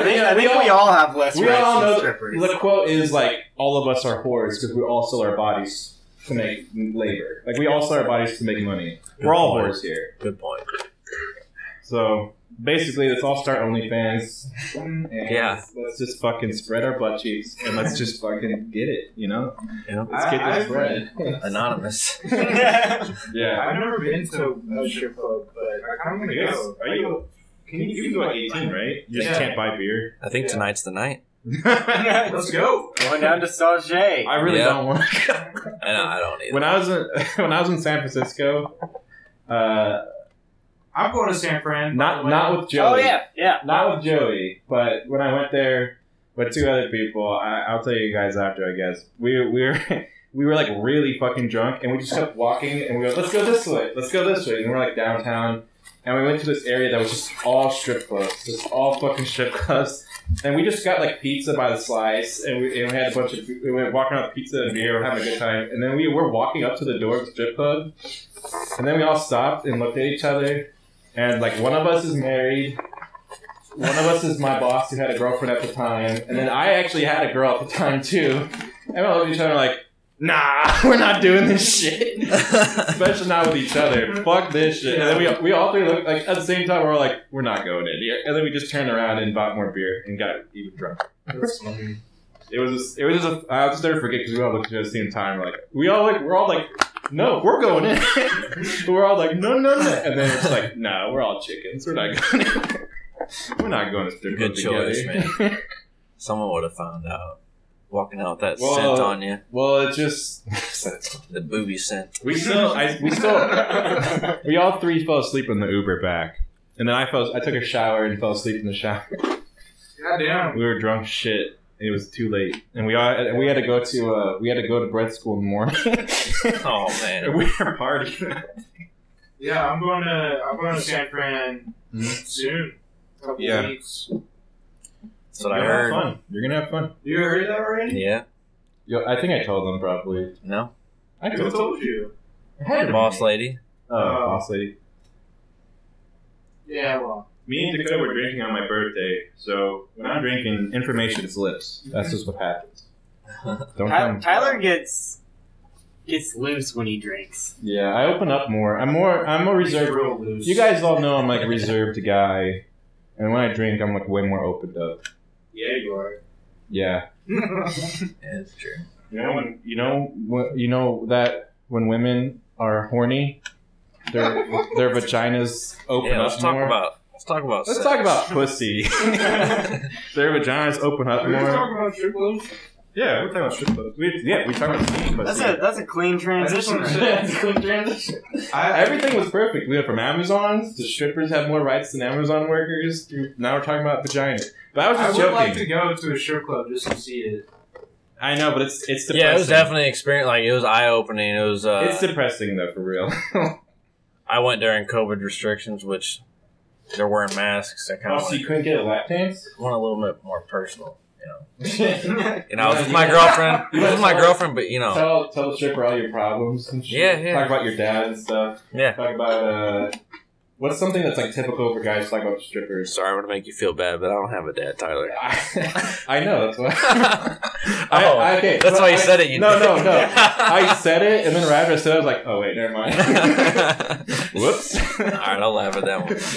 Speaker 5: think,
Speaker 3: yeah,
Speaker 5: I think we all have less
Speaker 3: we
Speaker 5: rights
Speaker 3: all
Speaker 5: than
Speaker 3: know
Speaker 5: strippers.
Speaker 3: the quote is like all of us are whores because we all sell our bodies to make labor. Like we all sell our bodies to make money. We're all whores here.
Speaker 4: good point.
Speaker 3: So basically, let's all start OnlyFans. And
Speaker 4: Yeah.
Speaker 3: let's- Let's just fucking spread our butt cheeks and let's just fucking get it. You know,
Speaker 4: You know,
Speaker 3: let's get this
Speaker 6: I-
Speaker 3: bread.
Speaker 4: anonymous.
Speaker 3: yeah.
Speaker 6: I've never been to a strip club, but I kind of want to go. Are you? Can you, you can go at 18, right? You just
Speaker 4: Yeah.
Speaker 6: can't buy beer.
Speaker 4: I think tonight's the night.
Speaker 6: Let's go.
Speaker 5: Going down to Sauget.
Speaker 3: I really
Speaker 4: Yeah.
Speaker 3: don't want.
Speaker 4: I, know, I don't either.
Speaker 3: When I was in, when I was in San Francisco, uh,
Speaker 7: I'm going to San Fran.
Speaker 3: not not with Joey.
Speaker 5: Oh yeah, yeah.
Speaker 3: not with Joey, but when I went there with two other people, I, I'll tell you guys after. I guess we we were we were like really fucking drunk, and we just kept walking, and we went, "Let's go this way, let's go this way," and we're like downtown, and we went to this area that was just all strip clubs, just all fucking strip clubs, and we just got like pizza by the slice, and we, and we had a bunch of we went walking around with pizza and beer, we're having a good time, and then we were walking up to the door of the strip club, and then we all stopped and looked at each other. And like one of us is married, one of us is my boss who had a girlfriend at the time, and then I actually had a girl at the time too. And we looked at each other like, nah, we're not doing this shit. Especially not with each other. Fuck this shit. And then we, we all three looked like at the same time. We are like, we're not going in here. And then we just turned around and bought more beer and got even drunk. It was just, it was just a, I'll just never forget because we all looked at it at the same time. Like we all like we're all like, no, we're going in. but we're all like, no, no, no. And then it's like, no, nah, we're all chickens. We're not going. in. we're not going to strip
Speaker 4: Good
Speaker 3: club
Speaker 4: choice,
Speaker 3: together.
Speaker 4: Someone would have found out. Walking out with that
Speaker 3: Well-
Speaker 4: scent on you,
Speaker 3: well, it just
Speaker 4: the booby scent.
Speaker 3: we still I, we still we all three fell asleep in the Uber back, and then I fell. I took a shower and fell asleep in the shower.
Speaker 7: Goddamn.
Speaker 3: We were drunk shit. and It was too late, and we all, we had to go to uh, we had to go to bread school in the morning.
Speaker 4: Oh man,
Speaker 3: we were partying.
Speaker 7: Yeah, I'm going to I'm going to San Fran
Speaker 3: Mhm.
Speaker 7: soon. Couple
Speaker 3: Yeah.
Speaker 7: weeks.
Speaker 4: that's what I
Speaker 3: You're gonna have
Speaker 4: heard.
Speaker 3: fun. You're gonna have fun.
Speaker 7: You heard that already?
Speaker 4: Yeah,
Speaker 3: Yo, I think I told them probably.
Speaker 4: no,
Speaker 3: I
Speaker 7: Who
Speaker 3: told them.
Speaker 7: told you?
Speaker 4: boss lady.
Speaker 3: Oh, boss lady.
Speaker 7: Yeah, well.
Speaker 6: Me and Dakota were drinking on my birthday, so when I'm drinking,
Speaker 3: Information slips. That's just what happens. Don't
Speaker 5: Ty-
Speaker 3: come.
Speaker 5: Tyler gets gets loose when he drinks.
Speaker 3: Yeah, I open up more. I'm more. I'm more reserved.
Speaker 7: Real loose.
Speaker 3: You guys all know I'm like a reserved guy, and when I drink, I'm like way more opened up.
Speaker 7: Yeah, you are.
Speaker 3: Yeah,
Speaker 4: Yeah, that's true.
Speaker 6: you know, when,
Speaker 3: you know, wh- you know that when women are horny, their their vaginas open
Speaker 4: Yeah,
Speaker 3: up
Speaker 4: let's talk
Speaker 3: more.
Speaker 4: about let's talk about
Speaker 3: let's
Speaker 4: sex.
Speaker 3: talk about pussy. their vaginas open up
Speaker 6: we were
Speaker 3: more.
Speaker 6: talking about strip clubs. Yeah, we're talking about strip clubs.
Speaker 3: We, yeah, we talking about sneaky
Speaker 5: That's
Speaker 3: pussy.
Speaker 5: a that's a clean transition.
Speaker 6: wanna
Speaker 5: right
Speaker 6: say-
Speaker 5: there.
Speaker 6: I,
Speaker 3: Everything was perfect. We went from Amazons to strippers have more rights than Amazon workers. to- Now we're talking about vagina. But I was
Speaker 7: I
Speaker 3: just
Speaker 7: would
Speaker 3: joking.
Speaker 7: like to go to a strip club just to see it.
Speaker 3: I know, but it's it's depressing.
Speaker 4: yeah, it was definitely an experience. Like it was eye opening. It was. Uh,
Speaker 3: It's depressing though, for real.
Speaker 4: I went during COVID restrictions, which they're wearing masks. I
Speaker 3: Oh,
Speaker 4: kind of want,
Speaker 3: couldn't get a lap dance.
Speaker 4: want a little bit more personal. You know,
Speaker 3: tell
Speaker 4: you know, I was
Speaker 3: Yeah,
Speaker 4: with my
Speaker 3: yeah.
Speaker 4: girlfriend. I was with my
Speaker 3: Yeah.
Speaker 4: girlfriend, but you know,
Speaker 3: tell the stripper all your problems and shit.
Speaker 4: Yeah, yeah.
Speaker 3: Talk about your dad and stuff.
Speaker 4: Yeah.
Speaker 3: Talk about uh, what's something that's like typical for guys to talk about strippers.
Speaker 4: sorry, I'm gonna make you feel bad, but I don't have a dad, Tyler.
Speaker 3: I, I know that's why.
Speaker 4: oh,
Speaker 3: I- I- okay, but
Speaker 4: that's why
Speaker 3: I-
Speaker 4: you said it. You
Speaker 3: no, no, no. I said it, and then right after I said it, I was like, oh wait, never mind.
Speaker 4: All
Speaker 3: Whoops.
Speaker 4: right, I'll laugh at that one.
Speaker 3: it's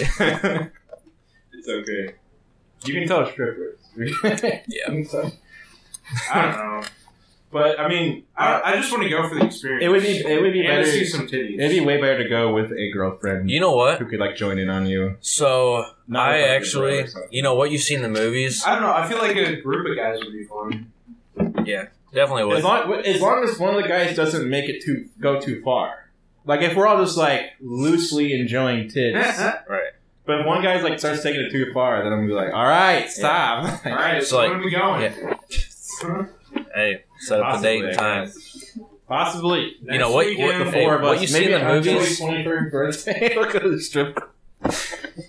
Speaker 6: it's okay. You can tell strippers.
Speaker 4: Yeah.
Speaker 6: I don't know. But I mean, I, I just want to go for the experience.
Speaker 3: It would be- it would be
Speaker 6: and to
Speaker 3: better-
Speaker 6: see some titties.
Speaker 3: It'd be way better to go with a girlfriend
Speaker 4: You know what?
Speaker 3: who could like join in on you.
Speaker 4: So
Speaker 3: Not
Speaker 4: I
Speaker 3: with, like, a
Speaker 4: actually,
Speaker 3: brother or something.
Speaker 4: you know what you see in the movies,
Speaker 6: I don't know. I feel like a group of guys would be fun.
Speaker 4: definitely
Speaker 3: As
Speaker 4: would.
Speaker 3: long, as long as one of the guys doesn't make it too go too far. Like if we're all just like loosely enjoying tits,
Speaker 4: Right.
Speaker 3: but if one guy's like starts taking it too far, then I'm gonna be like, all right, stop.
Speaker 6: All right,
Speaker 4: It's
Speaker 6: so
Speaker 4: like-
Speaker 6: when are we going?
Speaker 4: yeah. Hey, set up a date
Speaker 3: Possibly,
Speaker 4: and
Speaker 3: I
Speaker 4: time.
Speaker 3: Possibly.
Speaker 4: You know what?
Speaker 6: weekend,
Speaker 4: What,
Speaker 3: The
Speaker 4: hey,
Speaker 3: four of
Speaker 4: what
Speaker 3: us.
Speaker 4: you see in the
Speaker 3: on Joey's
Speaker 4: movies?
Speaker 3: 21st birthday. we'll go to the strip. club.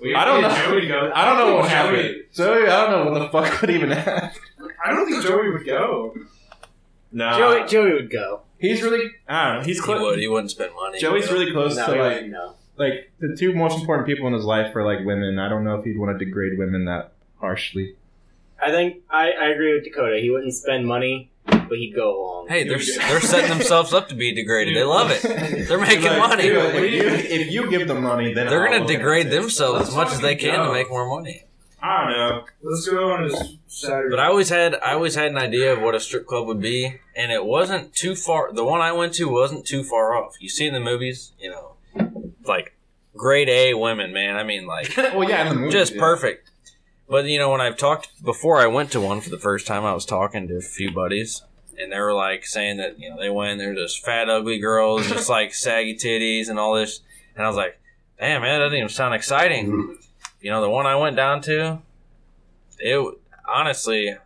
Speaker 6: We
Speaker 3: I don't know.
Speaker 6: Joey go.
Speaker 3: I don't know what
Speaker 6: Joey-
Speaker 3: happened. Joey, I don't know what the fuck would even happen.
Speaker 6: I don't think Joey would go.
Speaker 3: No.
Speaker 8: Joey, Joey would go.
Speaker 3: he's really. I don't know. He's
Speaker 4: He
Speaker 3: close.
Speaker 4: would. He wouldn't spend money.
Speaker 3: Joey's really close
Speaker 8: No,
Speaker 3: to
Speaker 8: he
Speaker 3: like
Speaker 8: would no.
Speaker 3: like the two most important people in his life are like women. I don't know if he'd want to degrade women that harshly.
Speaker 8: I think I, I agree with Dakota. He wouldn't spend money, but he'd go along.
Speaker 4: Hey, they're they're setting themselves up to be degraded. They love it. They're making
Speaker 3: Like,
Speaker 4: money.
Speaker 3: dude, if, you, if you give them money, then
Speaker 4: They're
Speaker 3: I'll
Speaker 4: gonna
Speaker 3: look at
Speaker 4: degrade
Speaker 3: it.
Speaker 4: themselves as much as they can to
Speaker 6: go.
Speaker 4: make more money.
Speaker 6: I don't know. Let's go on this Saturday.
Speaker 4: But I always had I always had an idea of what a strip club would be, and it wasn't too far. The one I went to wasn't too far off. You see in the movies, you know, like grade A women, man. I mean, like
Speaker 3: well, yeah, in the movie,
Speaker 4: just
Speaker 3: Mm, yeah.
Speaker 4: perfect. But you know, when I've talked before, I went to one for the first time. I was talking to a few buddies, and they were like saying that you know they went. They're just fat, ugly girls, just like saggy titties and all this. And I was like, damn, man, that doesn't even sound
Speaker 3: Mm-hmm.
Speaker 4: exciting. You know, the one I went down to, it honestly,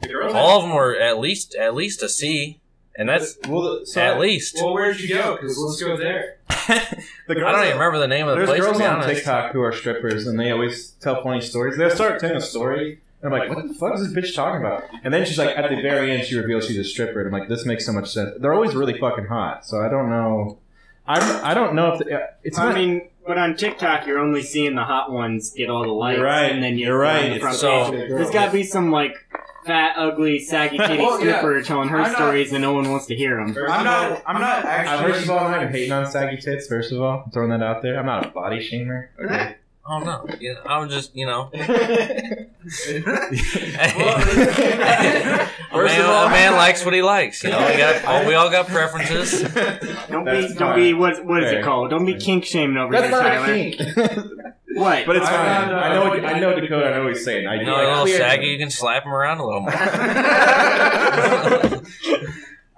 Speaker 6: The girls-
Speaker 4: all of them were at least at least a C, and that's
Speaker 3: Well, the- so
Speaker 4: at least.
Speaker 6: Well, where'd you go? Because let's go there.
Speaker 3: the
Speaker 4: I
Speaker 3: girls
Speaker 4: don't
Speaker 3: that-
Speaker 4: even remember the name of the
Speaker 3: There's
Speaker 4: place. to
Speaker 3: girls
Speaker 4: be
Speaker 3: on
Speaker 4: honest.
Speaker 3: TikTok who are strippers, and they always tell funny stories. They'll start telling a story, and I'm like, "What the fuck is this bitch talking about?" And then she's like, at the very end, she reveals she's a stripper, and I'm like, "This makes so much sense." They're always really fucking hot, so I don't know. I I don't know if the, uh, it's
Speaker 8: I
Speaker 3: not
Speaker 8: mean, but on TikTok, you're only seeing the hot ones get all the likes,
Speaker 3: right.
Speaker 8: and then you-
Speaker 3: You're right.
Speaker 8: on the front
Speaker 3: Oh,
Speaker 4: So-
Speaker 8: page. there's got to be some like fat, ugly, saggy titty
Speaker 3: Oh,
Speaker 6: Well, yeah.
Speaker 8: stripper telling her
Speaker 6: I'm not-
Speaker 8: stories, and no one wants to hear them.
Speaker 6: I'm not. I'm not
Speaker 3: Uh,
Speaker 6: actually.
Speaker 3: first of all, I'm not even hating on saggy tits. First of all, I'm throwing that out there. I'm not a body shamer. Okay.
Speaker 4: Oh no, you know, I'm just you know. a
Speaker 3: First
Speaker 4: man,
Speaker 3: of all-
Speaker 4: a man likes what he likes. You know, we got all, we all got preferences.
Speaker 8: Don't
Speaker 3: That's
Speaker 8: be, don't be.
Speaker 3: fine.
Speaker 8: What, what is
Speaker 3: Hey.
Speaker 8: it called? Don't be
Speaker 3: Hey.
Speaker 8: kink shaming over
Speaker 3: That's not
Speaker 8: here,
Speaker 3: a
Speaker 8: Tyler.
Speaker 3: kink.
Speaker 8: What?
Speaker 3: but it's
Speaker 6: I'm
Speaker 3: fine.
Speaker 6: not, uh,
Speaker 3: I know. What, I know Dakota. I know what he's saying. I
Speaker 4: You
Speaker 3: do.
Speaker 4: know, a
Speaker 3: I
Speaker 4: little
Speaker 3: cleared
Speaker 4: saggy, you
Speaker 3: him.
Speaker 4: can slap him around a little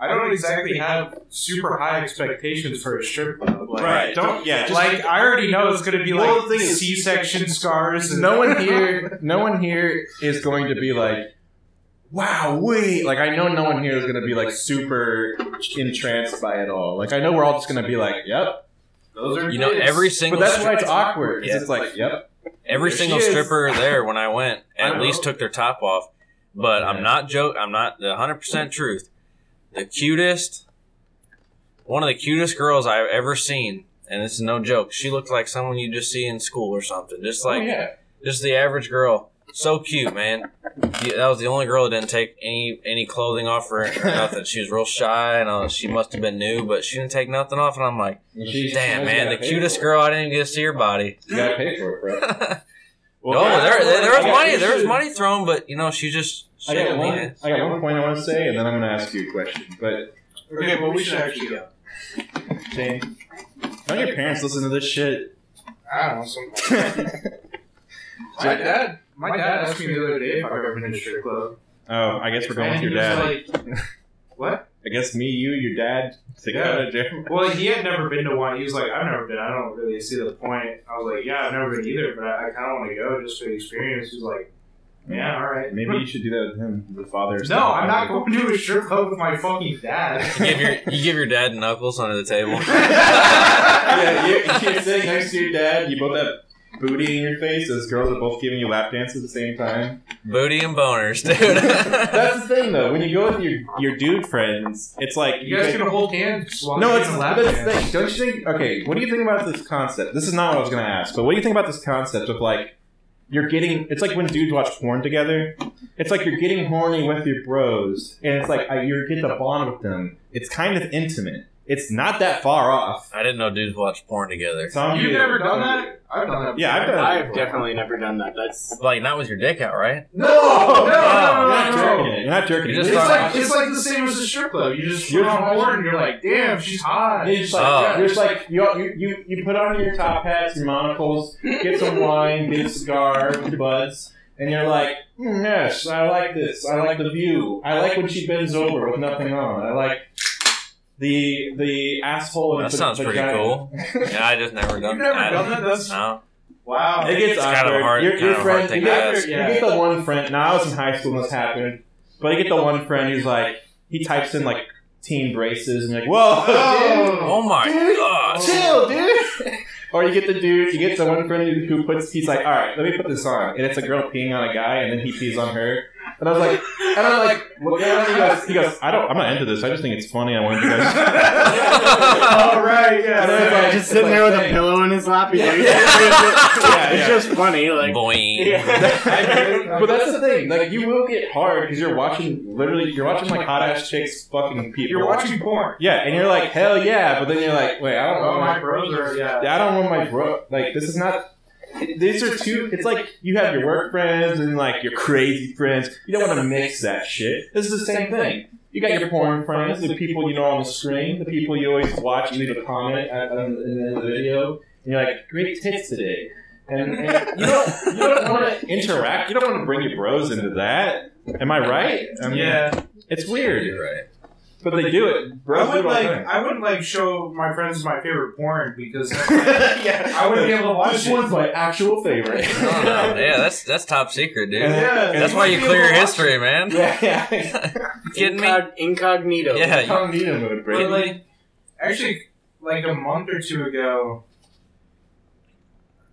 Speaker 6: I
Speaker 4: more.
Speaker 6: don't exactly have super high expectations for a strip club. Like,
Speaker 3: Right.
Speaker 6: Don't. Yeah.
Speaker 3: just
Speaker 6: like, I already know it's gonna be
Speaker 3: Well, the
Speaker 6: like
Speaker 3: thing is-
Speaker 6: C-section scars. And,
Speaker 3: No one here. No one here is going to be like. Wow, wait! Like I know no one here is gonna be like super entranced by it all. Like I know we're all just gonna be like, "Yep,"
Speaker 6: Those are
Speaker 4: You know, every
Speaker 3: but
Speaker 4: single
Speaker 3: that's
Speaker 4: stri-
Speaker 3: why it's awkward. 'cause
Speaker 4: Yeah.
Speaker 3: It's like, "Yep."
Speaker 4: every
Speaker 3: There she
Speaker 4: single
Speaker 3: is.
Speaker 4: stripper there when I went
Speaker 3: I
Speaker 4: at
Speaker 3: know.
Speaker 4: least took their top off. But I'm
Speaker 3: Yeah.
Speaker 4: not joke. I'm not the 100 percent truth. The cutest, one of the cutest girls I've ever seen, and this is no joke. She looked like someone you just see in school or something. Just like
Speaker 3: oh, yeah.
Speaker 4: Just the average girl. So cute, man. Yeah, That was the only girl that didn't take any any clothing off her or nothing. She was real shy and uh, she must have been new, but she didn't take nothing off. And I'm like, damn, man, the cutest girl. I didn't even get to see her body.
Speaker 3: You gotta pay for it, bro.
Speaker 4: no,
Speaker 3: yeah,
Speaker 4: there, there, there was
Speaker 3: I got
Speaker 4: money. There was
Speaker 3: issues.
Speaker 4: money thrown, but you know, she just. She
Speaker 3: I got
Speaker 4: didn't mean
Speaker 3: one.
Speaker 4: it.
Speaker 3: I got one point I want to say, and then I'm gonna ask you a question. But
Speaker 6: Okay, well, we should actually go.
Speaker 3: Shane, don't your parents listen to this shit?
Speaker 6: I don't know. Some, my dad. My dad asked me the other day if I've ever been to a strip club.
Speaker 3: oh, I guess we're going with
Speaker 6: And
Speaker 3: your
Speaker 6: he was
Speaker 3: dad.
Speaker 6: Like, what?
Speaker 3: I guess me, you, your dad, Dakota, Jeremy.
Speaker 6: Well, he had never been to one. He was like, I've never been. I don't really see the point. I was like, Yeah, I've never been either, but I, I kind of want to go just for the experience. He's like, Yeah, all right.
Speaker 3: Maybe you should do that with him, the father. or
Speaker 6: No, I'm
Speaker 3: something.
Speaker 6: not going to a strip club with my fucking dad.
Speaker 4: You give your you give your dad knuckles under the table.
Speaker 3: yeah, you're, you're sitting next to your dad. You both have booty in your face. Those girls are both giving you lap dances at the same time.
Speaker 4: Booty and boners, dude.
Speaker 3: That's the thing, though. When you go with your your dude friends, it's like
Speaker 6: You guys can hold hands. While
Speaker 3: no,
Speaker 6: you're
Speaker 3: it's
Speaker 6: in a lap
Speaker 3: but that's the
Speaker 6: dance.
Speaker 3: thing. Don't you think? Okay, what do you think about this concept? This is not what I was gonna ask, but what do you think about this concept of like you're getting? It's like when dudes watch porn together. It's like you're getting horny with your bros, and it's like I, you get to bond with them. It's kind of intimate. It's not that far off.
Speaker 4: I didn't know dudes watch porn together.
Speaker 3: Some
Speaker 2: You've
Speaker 3: do.
Speaker 2: never done that? I've done that.
Speaker 3: Yeah, I've
Speaker 2: before.
Speaker 3: done it.
Speaker 8: I've definitely never done that. That's
Speaker 4: Like not with your dick out, right?
Speaker 2: No, no,
Speaker 3: Oh, You're
Speaker 2: no,
Speaker 3: not
Speaker 2: no, no,
Speaker 3: jerking
Speaker 2: no.
Speaker 3: it. You're not jerking it.
Speaker 4: You're
Speaker 2: It's
Speaker 4: just
Speaker 2: like it's like the same as the strip club. You just
Speaker 3: You're
Speaker 2: you're on
Speaker 3: just-
Speaker 2: board and you're like, damn, she's hot.
Speaker 3: You're just like,
Speaker 4: Oh.
Speaker 3: yeah, you're just like you, you, you, you put on your top hats, your monocles, get some wine, get a cigar, your buds, and you're like, mm, yes, I like this. I like the view. I like when she bends over with nothing on. I like the the asshole.
Speaker 4: That
Speaker 3: and the
Speaker 4: sounds pretty
Speaker 3: vagina.
Speaker 4: cool. Yeah, I just never done.
Speaker 2: You've never
Speaker 4: I
Speaker 2: done
Speaker 4: don't-
Speaker 2: that? That's-
Speaker 4: No.
Speaker 2: Wow.
Speaker 3: It gets
Speaker 4: It's kind of a
Speaker 3: awkward.
Speaker 4: hard-
Speaker 3: your,
Speaker 4: kind
Speaker 3: your
Speaker 4: of a
Speaker 3: friend,
Speaker 4: hard thing
Speaker 3: you, get,
Speaker 4: to ask.
Speaker 3: you get the one friend. Now I was in high school when this happened, but you get the one friend who's like, he types in like teen braces and you're like, whoa, dude.
Speaker 4: Oh my
Speaker 3: Dude.
Speaker 4: gosh.
Speaker 3: chill, dude. or you get the dude, you get the one friend who- who puts, he's like, all right, let me put this on, and it's a girl peeing on a guy, and then he pees on her, and I was like, and I'm like, what- he goes, he goes, "Oh, I don't, I'm not into this. I just think it's funny. I want you
Speaker 2: All right,
Speaker 3: And then it's
Speaker 2: yeah.
Speaker 3: like-
Speaker 8: just sitting there with a
Speaker 3: Hey.
Speaker 8: pillow in his lap. he's
Speaker 3: Yeah.
Speaker 8: like- Yeah,
Speaker 3: Yeah.
Speaker 8: it's just funny. Like
Speaker 4: Boing.
Speaker 3: but that's the thing. Like you will get hard because you're watching literally you're watching like hot ass chicks fucking people.
Speaker 2: You're watching porn.
Speaker 3: Yeah, and you're like hell yeah, but then you're like wait I don't
Speaker 2: Oh,
Speaker 3: want
Speaker 2: my
Speaker 3: my
Speaker 2: bros are yeah.
Speaker 3: I don't want my bro like this is not. These are two. It's like you have your work friends and like your crazy friends. You don't want to mix that shit. This is the same thing. You got your porn friends, the people you know on the screen, the people you always watch, you leave a comment at, on, in the end of the video, and you're like, great tits today. And, and you don't, you don't want to interact. You don't want to bring your bros into that. Am I right? I mean,
Speaker 2: Yeah,
Speaker 3: It's weird,
Speaker 4: You're right.
Speaker 3: but they do it. Bros
Speaker 2: I
Speaker 3: do it
Speaker 2: would
Speaker 3: all the
Speaker 2: like
Speaker 3: time.
Speaker 2: I would like show my friends my favorite porn because that's like, I wouldn't be able to watch
Speaker 3: This
Speaker 2: it.
Speaker 3: one's my actual favorite.
Speaker 4: Oh, no. Yeah, that's that's top secret, dude.
Speaker 3: Yeah.
Speaker 4: That's why you
Speaker 2: wouldn't be able
Speaker 4: clear your
Speaker 2: to watch
Speaker 4: history, man.
Speaker 3: yeah, yeah.
Speaker 4: Kidding me?
Speaker 8: incog- incognito.
Speaker 4: Yeah, you-
Speaker 3: Incognito mode,
Speaker 2: it. But like, actually, like a month or two ago,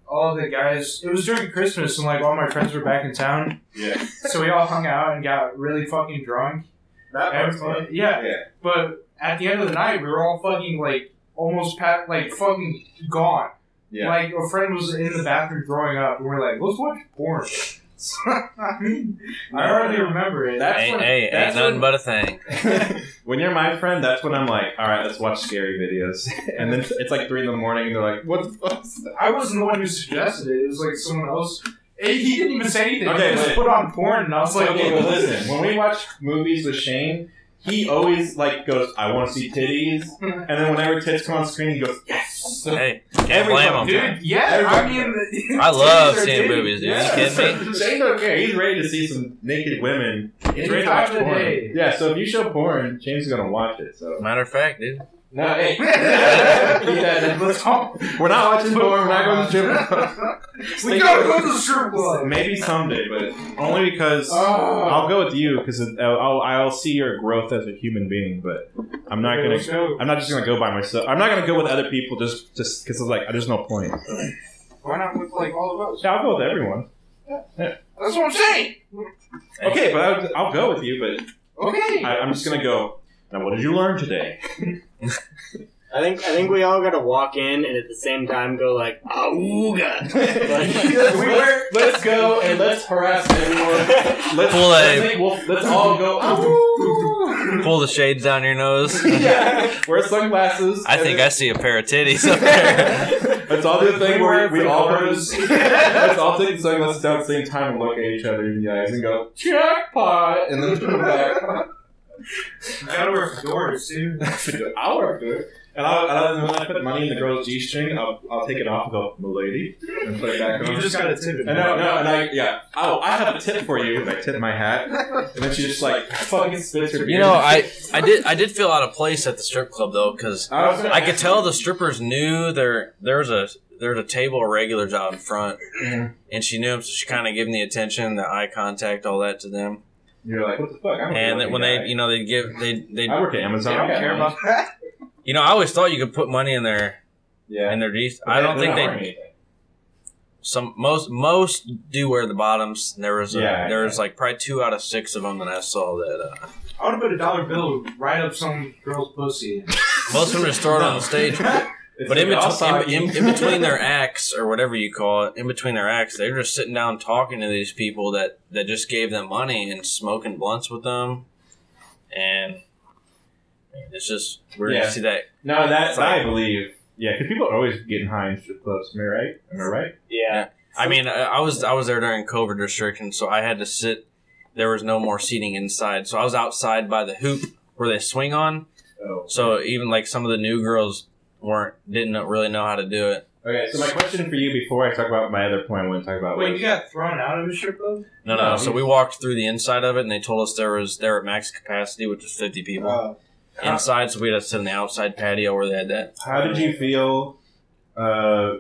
Speaker 2: all the guys. It was during Christmas, and like all my friends were back in town,
Speaker 6: Yeah.
Speaker 2: so we all hung out and got really fucking drunk.
Speaker 6: That part's fun.
Speaker 2: Everyone- yeah,
Speaker 6: Yeah.
Speaker 2: but at the end of the night, we were all fucking like almost pat, like fucking gone.
Speaker 6: Yeah.
Speaker 2: Like a friend was in the bathroom throwing up, and we're like, "Let's watch porn." I mean, I already remember it.
Speaker 3: That's
Speaker 4: Ain't,
Speaker 3: when-
Speaker 4: hey, ain't
Speaker 3: that's
Speaker 4: nothing
Speaker 3: when-
Speaker 4: but a thing.
Speaker 3: when you're my friend, that's when I'm like, all right, let's watch scary videos. And then it's like three in the morning, and they're like, what the fuck's that?
Speaker 2: I wasn't the one who suggested it. It was like someone else. Hey, he didn't even say anything.
Speaker 3: Okay,
Speaker 2: he just
Speaker 3: wait.
Speaker 2: put on porn, and I was like,
Speaker 3: Okay, but listen, when we watch movies with Shane, he always like goes, I want to see titties. And then whenever tits come on screen, he goes, yes.
Speaker 4: Hey, can't blame him.
Speaker 2: dude, yeah. I mean,
Speaker 4: I love
Speaker 2: titties are
Speaker 4: seeing
Speaker 2: titties.
Speaker 4: movies, dude.
Speaker 2: Yeah.
Speaker 4: You kidding me?
Speaker 3: Shane don't care. He's ready to see some naked women. He's
Speaker 2: Any
Speaker 3: ready to
Speaker 2: time
Speaker 3: watch
Speaker 2: of the day.
Speaker 3: porn. Yeah, so if you show porn, James is gonna watch it. So
Speaker 4: Matter of fact, dude.
Speaker 3: no, hey,
Speaker 2: Let's talk.
Speaker 3: we're not watching porn. We're not going to the gym.
Speaker 2: We gotta go to the strip club.
Speaker 3: Maybe someday, but only because
Speaker 2: Oh.
Speaker 3: I'll go with you because I'll, I'll see your growth as a human being. But I'm not
Speaker 2: Okay,
Speaker 3: gonna.
Speaker 2: let's go.
Speaker 3: I'm not just gonna go by myself. I'm not gonna go with other people just just because like there's no point.
Speaker 2: Why not with like all of us?
Speaker 3: Yeah, I'll go with everyone.
Speaker 2: That's what I'm saying.
Speaker 4: Hey.
Speaker 3: Okay, but I'll, I'll go with you. But
Speaker 2: Okay.
Speaker 3: I, I'm just gonna go. Now, what did you learn today?
Speaker 8: I think I think we all gotta walk in and at the same time go like awooga.
Speaker 3: let's, let's go and let's harass everyone. Let's,
Speaker 4: Pull
Speaker 3: let's,
Speaker 4: a-
Speaker 3: make wolf- let's all go.
Speaker 2: Oh.
Speaker 3: "Ooh."
Speaker 4: Pull the shades down your nose.
Speaker 3: yeah, wear sunglasses.
Speaker 4: I
Speaker 3: and
Speaker 4: think
Speaker 3: then-
Speaker 4: I see a pair of titties up there.
Speaker 3: Let's all do the thing where we all
Speaker 2: Flowers.
Speaker 3: let's all take the sunglasses down at the same time and look at each other in the eyes and go jackpot, and then come back.
Speaker 2: You gotta wear fedoras too.
Speaker 3: I'll work it. And I'll, I'll, and when I put money in the girl's G string, I'll, I'll take it off and go, milady, and put it back on.
Speaker 2: You just gotta tip it.
Speaker 3: and no, no, and I, yeah, oh, I have a tip for you. And I tip my hat, and then she just like fucking spits her beer.
Speaker 4: You know, I, I did I did feel out of place at the strip club though, because
Speaker 3: I, was gonna
Speaker 4: I could
Speaker 3: ask
Speaker 4: tell
Speaker 3: you-
Speaker 4: the strippers knew there there's a there's a table of regulars out in front,
Speaker 3: Mm-hmm.
Speaker 4: and she knew them, so she kind of gave them the attention, the eye contact, all that to them.
Speaker 3: You're like, what the fuck? I'm a working
Speaker 4: And that when
Speaker 3: guy.
Speaker 4: they, you know, they give they they,
Speaker 3: I work at Amazon.
Speaker 2: I
Speaker 3: I
Speaker 2: don't
Speaker 3: got
Speaker 2: care
Speaker 3: money.
Speaker 2: about that.
Speaker 4: you know, I always thought you could put money in their
Speaker 3: Yeah.
Speaker 4: in their jeans.
Speaker 3: But
Speaker 4: I don't
Speaker 3: they're
Speaker 4: think
Speaker 3: not
Speaker 4: they
Speaker 3: wearing anything.
Speaker 4: some most most do wear the bottoms. and There was a,
Speaker 3: Yeah.
Speaker 4: there was like probably two out of six of them that I saw that uh,
Speaker 2: I would have put a dollar bill right up some girl's pussy.
Speaker 4: most of them just throw it on the stage.
Speaker 3: It's
Speaker 4: But
Speaker 3: like
Speaker 4: in,
Speaker 3: all
Speaker 4: between,
Speaker 3: soggy.
Speaker 4: in, in, in between their acts or whatever you call it, in between their acts, they're just sitting down talking to these people that that just gave them money and smoking blunts with them, and It's just we're
Speaker 3: Yeah.
Speaker 4: gonna see that.
Speaker 3: No, that's
Speaker 4: It's like-
Speaker 3: I believe. Yeah, because people are always getting high in strip clubs. Am I right? Am I right?
Speaker 8: Yeah.
Speaker 4: I mean, I, I was I was there during COVID restrictions, so I had to sit. There was no more seating inside, so I was outside by the hoop where they swing on.
Speaker 3: Oh.
Speaker 4: So even like some of the new girls weren't didn't really know how to do it.
Speaker 3: Okay, so my question for you before I talk about my other point I want to talk about
Speaker 2: Wait,
Speaker 3: was
Speaker 2: you got thrown out of a strip club?
Speaker 4: No, no.
Speaker 3: No,
Speaker 4: so we walked through the inside of it, and they told us there was they were at max capacity, which was fifty people
Speaker 3: uh,
Speaker 2: Oh.
Speaker 4: inside. So we had to sit in the outside patio where they had that.
Speaker 3: how did you feel, uh,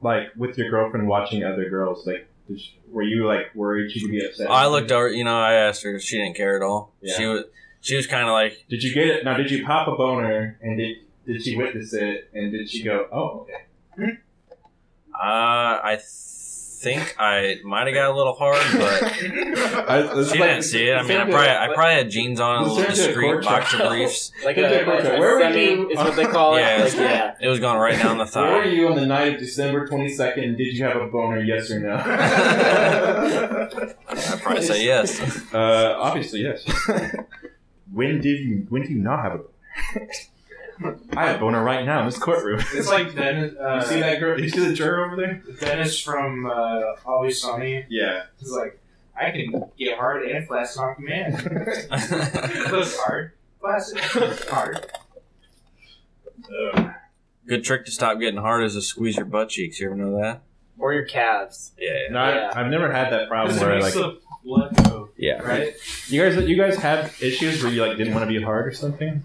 Speaker 3: like with your girlfriend watching other girls? Like, did she- were you like worried she'd be upset?
Speaker 4: I looked over, you know, I asked her, she didn't care at all.
Speaker 3: Yeah.
Speaker 4: She was she was kind of like,
Speaker 3: Did you get it? Now, did you pop a boner and did did she witness it and did she go, oh, okay?
Speaker 4: uh, I think I might have got a little hard, but
Speaker 3: I, it's
Speaker 4: she
Speaker 3: like-
Speaker 4: didn't see it. I
Speaker 3: it's
Speaker 4: mean, I
Speaker 3: like a-
Speaker 4: probably I probably had jeans on, a
Speaker 3: It's
Speaker 4: little
Speaker 3: like a
Speaker 4: discreet
Speaker 3: court
Speaker 4: boxer
Speaker 3: trial.
Speaker 4: briefs.
Speaker 8: Like
Speaker 3: Who's
Speaker 8: a,
Speaker 3: that
Speaker 8: like
Speaker 3: picture?
Speaker 8: a
Speaker 3: Where were
Speaker 8: semi
Speaker 3: you-
Speaker 8: is what they call it.
Speaker 4: Yeah.
Speaker 8: Like, yeah.
Speaker 4: It was going right down the
Speaker 3: Where were
Speaker 4: thigh.
Speaker 3: you on the night of December 22nd? Did you have a boner, yes or no?
Speaker 4: I probably say yes.
Speaker 3: Uh, obviously, yes. when did you when do you not have a boner? I have a boner right now in this courtroom.
Speaker 2: It's like Dennis. Uh,
Speaker 3: you see that girl? You see the juror over there?
Speaker 2: Dennis from uh, Always Sunny.
Speaker 3: Yeah.
Speaker 2: He's like, I can get hard and flash on command. Those hard, flash, hard.
Speaker 4: Good trick to stop getting hard is to squeeze your butt cheeks. You ever know that?
Speaker 8: Or your calves.
Speaker 4: Yeah.
Speaker 3: No, I-
Speaker 8: Yeah.
Speaker 3: I've never had that problem
Speaker 2: This
Speaker 3: where
Speaker 2: makes
Speaker 3: like
Speaker 2: the blood go,
Speaker 4: Yeah.
Speaker 2: right?
Speaker 3: you guys you guys have issues where you like didn't want to be hard or something.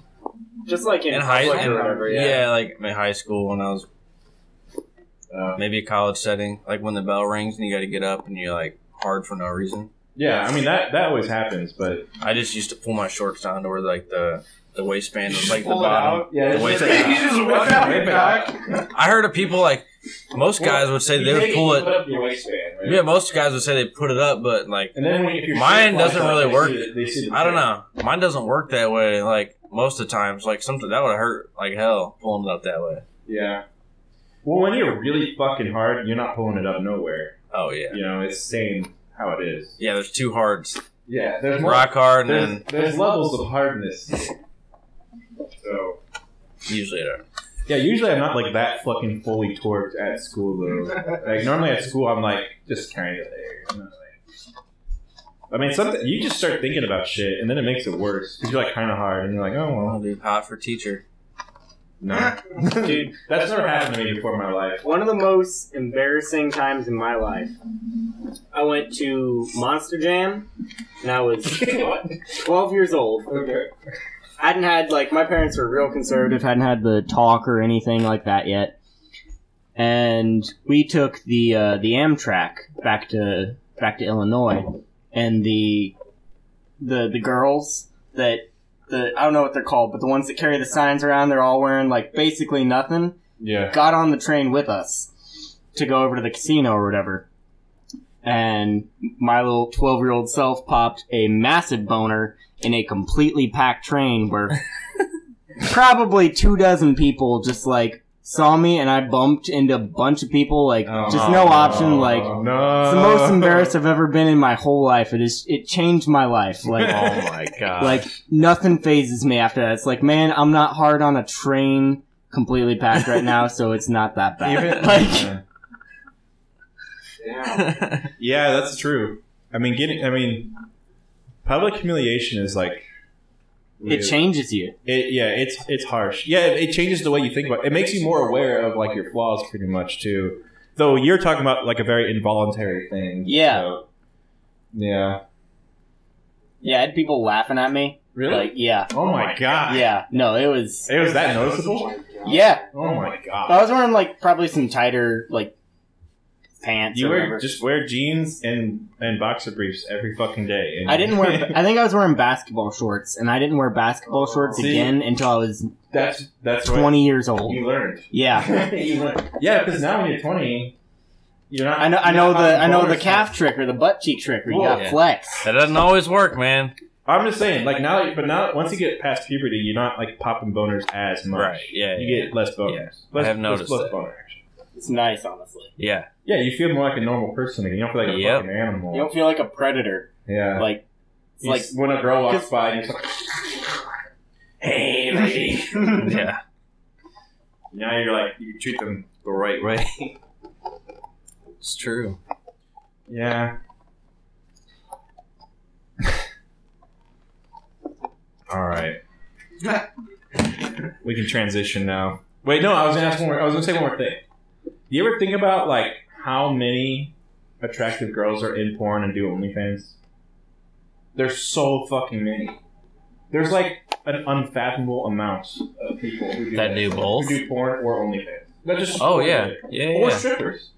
Speaker 8: Just like in,
Speaker 4: in high
Speaker 8: public
Speaker 4: in-
Speaker 8: or whatever.
Speaker 4: yeah.
Speaker 8: Yeah.
Speaker 4: like in high school when I was
Speaker 3: Uh,
Speaker 4: maybe a college setting, like when the bell rings and you got to get up and you're like hard for no reason.
Speaker 3: yeah, I mean that that always happens, but
Speaker 4: I just used to pull my shorts down to where like the the waistband was like the
Speaker 2: Pull it
Speaker 4: bottom.
Speaker 2: out.
Speaker 4: The
Speaker 3: yeah,
Speaker 4: waistband.
Speaker 2: You just whip out your
Speaker 3: Whip it
Speaker 2: cock.
Speaker 4: I heard of people like most guys would say they would pull it.
Speaker 3: up your waistband, right?
Speaker 4: Yeah, most guys would say they put it up, but like
Speaker 3: And then when, if your
Speaker 4: Mine
Speaker 3: shirt flies
Speaker 4: doesn't
Speaker 3: up,
Speaker 4: really
Speaker 3: they
Speaker 4: work.
Speaker 3: see the- they see the
Speaker 4: I don't
Speaker 3: tip.
Speaker 4: know, mine doesn't work that way. Like most of the times, like something that would hurt like hell pulling it up that way.
Speaker 3: Yeah. Well, when you're really fucking hard, you're not pulling it up nowhere.
Speaker 4: Oh yeah,
Speaker 3: You know, it's saying how it is.
Speaker 4: yeah. There's two hards,
Speaker 3: Yeah, there's more-
Speaker 4: rock hard, and
Speaker 3: There's,
Speaker 4: then
Speaker 3: there's levels of hardness. So
Speaker 4: usually there.
Speaker 3: yeah, usually I'm not like that fucking fully torqued at school though. Like normally at school I'm like just kind of there. you know, like- I mean, something you just start thinking about shit, and then it makes it worse because you're like kind of hard, and you're like, oh
Speaker 4: I'll
Speaker 3: well,
Speaker 4: be hot for teacher.
Speaker 3: no, dude, that's never happened to me before in my life.
Speaker 8: One of the most embarrassing times in my life. I went to Monster Jam, and I was 12 years old.
Speaker 3: Okay.
Speaker 8: I hadn't had like my parents were real conservative, hadn't had the talk or anything like that yet. And we took the uh, the Amtrak back to back to Illinois, and the the the girls that the I don't know what they're called, but the ones that carry the signs around, they're all wearing like basically nothing
Speaker 3: Yeah.
Speaker 8: got on the train with us to go over to the casino or whatever. And my little 12 year old self popped a massive boner in a completely packed train where probably two dozen people just like saw me and I bumped into a bunch of people. Like, just no option. Like,
Speaker 3: Oh, no.
Speaker 8: it's the most embarrassed I've ever been in my whole life. It is. It changed my life. Like,
Speaker 3: Oh my god.
Speaker 8: like nothing phases me after that. It's like, man, I'm not hard on a train completely packed right now, so it's not that bad.
Speaker 3: Even-
Speaker 8: like,
Speaker 3: Yeah, that's true. I mean, getting. I mean, public humiliation is like.
Speaker 8: it changes you.
Speaker 3: It, yeah, it's it's harsh. Yeah, it, it changes the way you think about. It. it makes you more aware of like your flaws, pretty much too. Though you're talking about like a very involuntary thing.
Speaker 8: Yeah.
Speaker 3: so- yeah.
Speaker 8: Yeah, I had people laughing at me.
Speaker 3: Really?
Speaker 8: Like, yeah,
Speaker 3: oh my god.
Speaker 8: yeah. No, it was.
Speaker 3: It was that noticeable.
Speaker 8: Yeah,
Speaker 3: Oh my
Speaker 8: I
Speaker 3: god.
Speaker 8: was wearing like probably some tighter like pants.
Speaker 3: You
Speaker 8: or
Speaker 3: wear
Speaker 8: whatever.
Speaker 3: just wear jeans and and boxer briefs every fucking day. and-
Speaker 8: I didn't wear. I think I was wearing basketball shorts, and I didn't wear basketball shorts
Speaker 3: Oh, See?
Speaker 8: again until I was
Speaker 3: that's that's what
Speaker 8: twenty years old.
Speaker 3: you learned.
Speaker 8: Yeah,
Speaker 3: yeah, because now when you're 20, you're not.
Speaker 8: I know. I
Speaker 3: you're
Speaker 8: know
Speaker 3: not
Speaker 8: the. I know the
Speaker 3: bonus
Speaker 8: calf trick or the butt cheek trick. Where you
Speaker 3: Whoa.
Speaker 8: got
Speaker 4: Yeah.
Speaker 8: flex.
Speaker 4: That doesn't always work, man.
Speaker 3: now. I'm just saying, like now, but now once you get past puberty, you're not like popping boners as much.
Speaker 4: Right? Yeah.
Speaker 3: You
Speaker 4: yeah.
Speaker 3: get less boners.
Speaker 4: I
Speaker 3: Less,
Speaker 4: have
Speaker 3: less,
Speaker 4: noticed
Speaker 3: less
Speaker 4: that.
Speaker 3: boner action.
Speaker 8: It's nice, honestly.
Speaker 4: yeah.
Speaker 3: Yeah, you feel more like a normal person again. You don't feel like a
Speaker 4: Yep.
Speaker 3: fucking animal.
Speaker 8: You don't feel like a predator.
Speaker 3: Yeah.
Speaker 8: Like, it's
Speaker 3: You
Speaker 8: like
Speaker 3: s- when a girl walks
Speaker 8: Cause-
Speaker 3: by, and you're just like,
Speaker 8: hey,
Speaker 4: lady. yeah.
Speaker 3: Now you're like you treat them the right way.
Speaker 4: It's true.
Speaker 3: Yeah. All right. we can transition now. Wait, no, I was gonna ask one more. I was gonna say one more thing. You ever think about like how many attractive girls are in porn and do OnlyFans? There's so fucking many. There's like an unfathomable amount of people who do
Speaker 4: That do
Speaker 3: who
Speaker 4: both?
Speaker 3: do porn or OnlyFans. That just
Speaker 4: Oh yeah. Yeah.
Speaker 3: or
Speaker 4: yeah.
Speaker 3: strippers.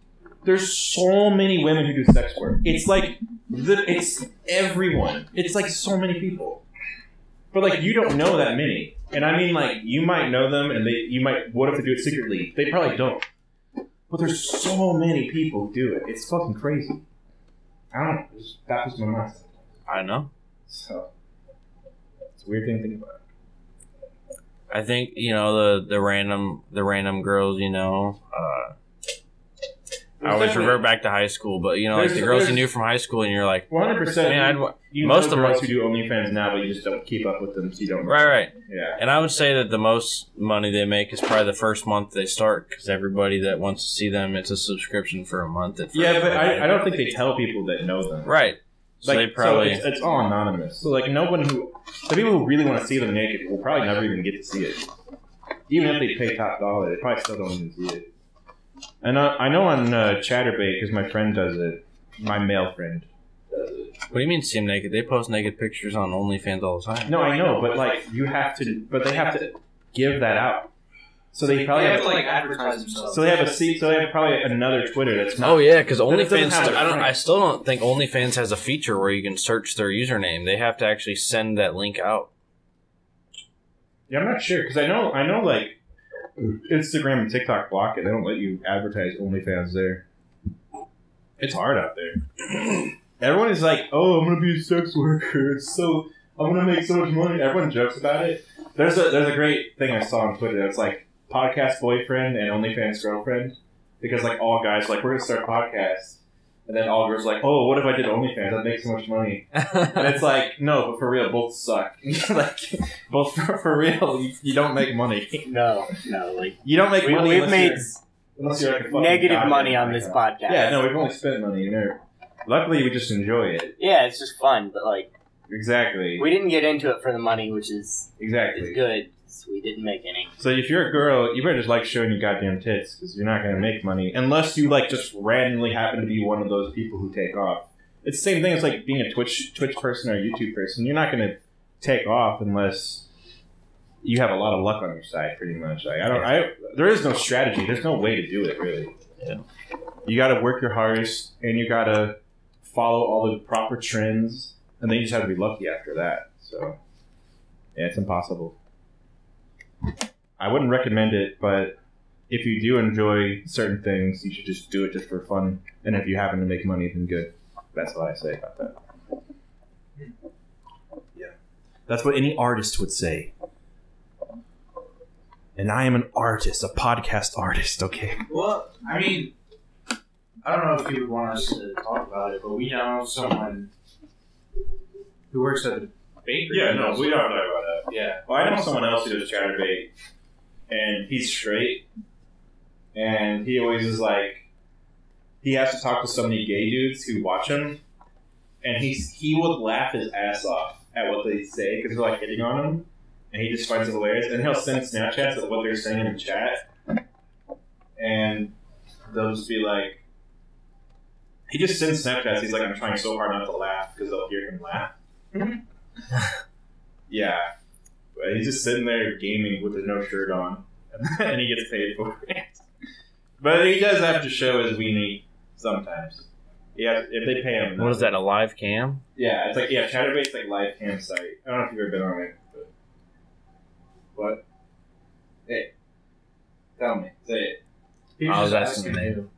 Speaker 3: There's so many women who do sex work. It's like the, it's everyone. It's like so many people. But like you don't know that many. And I mean like you might know them and they you might what if they do it secretly? They probably don't. But there's so many people who do it. It's fucking crazy. I don't know. It just baffles my mind.
Speaker 4: I know.
Speaker 3: So it's a weird thing to think about.
Speaker 4: I think you know the the random the random girls. You know. Uh, I always revert back to high school, but you know, like
Speaker 3: There's-
Speaker 4: the girls you
Speaker 3: there's-
Speaker 4: knew from high school, and you're like,
Speaker 3: One hundred
Speaker 4: man, I'd,
Speaker 3: percent.
Speaker 4: wa-
Speaker 3: You most
Speaker 4: most of
Speaker 3: know
Speaker 4: them-
Speaker 3: girls who do OnlyFans now, but you just don't keep up with them, so you don't.
Speaker 4: right, right.
Speaker 3: Yeah.
Speaker 4: And I would say that the most money they make is probably the first month they start because everybody that wants to see them, it's a subscription for a month. At first.
Speaker 3: Yeah, but I, I don't think they tell people that know them.
Speaker 4: Right. So
Speaker 3: Like,
Speaker 4: they probably.
Speaker 3: it's, it's all anonymous. So like no one who the people who really want to see them naked will probably never even get to see it. Even if they pay top dollar, they probably still don't even see it. And I, I know on uh, Chatterbait because my friend does it, my male friend.
Speaker 4: what do you mean seem naked? They post naked pictures on OnlyFans all the time.
Speaker 3: No, I know, but like you have to, but they have to give that out. So they probably
Speaker 2: They
Speaker 3: have,
Speaker 2: have to like advertise themselves.
Speaker 3: so they have a seat. So they have probably another Twitter that's not.
Speaker 4: Oh yeah, because
Speaker 3: Then it doesn't
Speaker 4: OnlyFans.
Speaker 3: have it,
Speaker 4: I don't. I
Speaker 3: right.
Speaker 4: still don't think OnlyFans has a feature where you can search their username. They have to actually send that link out.
Speaker 3: Yeah, I'm not sure because I know I know like Instagram and TikTok block it. They don't let you advertise OnlyFans there. It's hard out there. Everyone is like, "Oh, I'm gonna be a sex worker. It's so I'm gonna make so much money." Everyone jokes about it. There's a there's a great thing I saw on Twitter that's like podcast boyfriend and OnlyFans girlfriend because like all guys are like we're gonna start podcasts. And then all girls are like, oh, what if I did OnlyFans? I'd make so much money. And it's like, no, but for real, both suck. like, both for, for real, you, you don't make money.
Speaker 8: No, no, like
Speaker 3: You don't make
Speaker 8: we,
Speaker 3: money.
Speaker 8: we've
Speaker 3: unless
Speaker 8: made
Speaker 3: you're- unless you're like a fucking
Speaker 8: negative
Speaker 3: god
Speaker 8: money
Speaker 3: or
Speaker 8: on
Speaker 3: something
Speaker 8: this
Speaker 3: like
Speaker 8: podcast.
Speaker 3: that. Yeah, no, we've only spent money. You know. Luckily, we just enjoy it.
Speaker 8: yeah, it's just fun, but like
Speaker 3: Exactly.
Speaker 8: we didn't get into it for the money, which is is
Speaker 3: exactly.
Speaker 8: good. 'cause we didn't make any.
Speaker 3: So if you're a girl, you better just like showing your goddamn tits because you're not gonna make money unless you like just randomly happen to be one of those people who take off. It's the same thing as like being a Twitch Twitch person or a YouTube person. You're not gonna take off unless you have a lot of luck on your side, pretty much. Like, I don't. I there is no strategy. There's no way to do it really.
Speaker 4: Yeah.
Speaker 3: You gotta work your hardest and you gotta follow all the proper trends, and then you just have to be lucky after that. So yeah, it's impossible. I wouldn't recommend it, but if you do enjoy certain things, you should just do it just for fun. And if you happen to make money, then good. That's what I say about that. Yeah. That's what any artist would say. And I am an artist, a podcast artist, okay?
Speaker 2: Well, I mean, I don't know if you would want us to talk about it, but we know someone who works at the bakery.
Speaker 3: don't talk about that.
Speaker 2: Yeah.
Speaker 3: Well, I know someone else who does chatterbait, and he's straight, and he always is like, he has to talk to so many gay dudes who watch him, and he's he would laugh his ass off at what they say because they're like hitting on him, and he just finds it hilarious, and he'll send Snapchats of what they're saying in the chat, and they'll just be like. He just sends Snapchats. He's like, I'm trying so hard not to laugh because they'll hear him laugh. yeah. But he's just sitting there gaming with no shirt on, and he gets paid for it. But he does have to show his weenie sometimes. Yeah, if they pay him.
Speaker 4: What is that? A live cam?
Speaker 3: Yeah, it's like yeah, Chatterbait's like live cam site. I don't know if you've ever been on it. But... What? Hey, tell me, say it.
Speaker 4: I was asking you.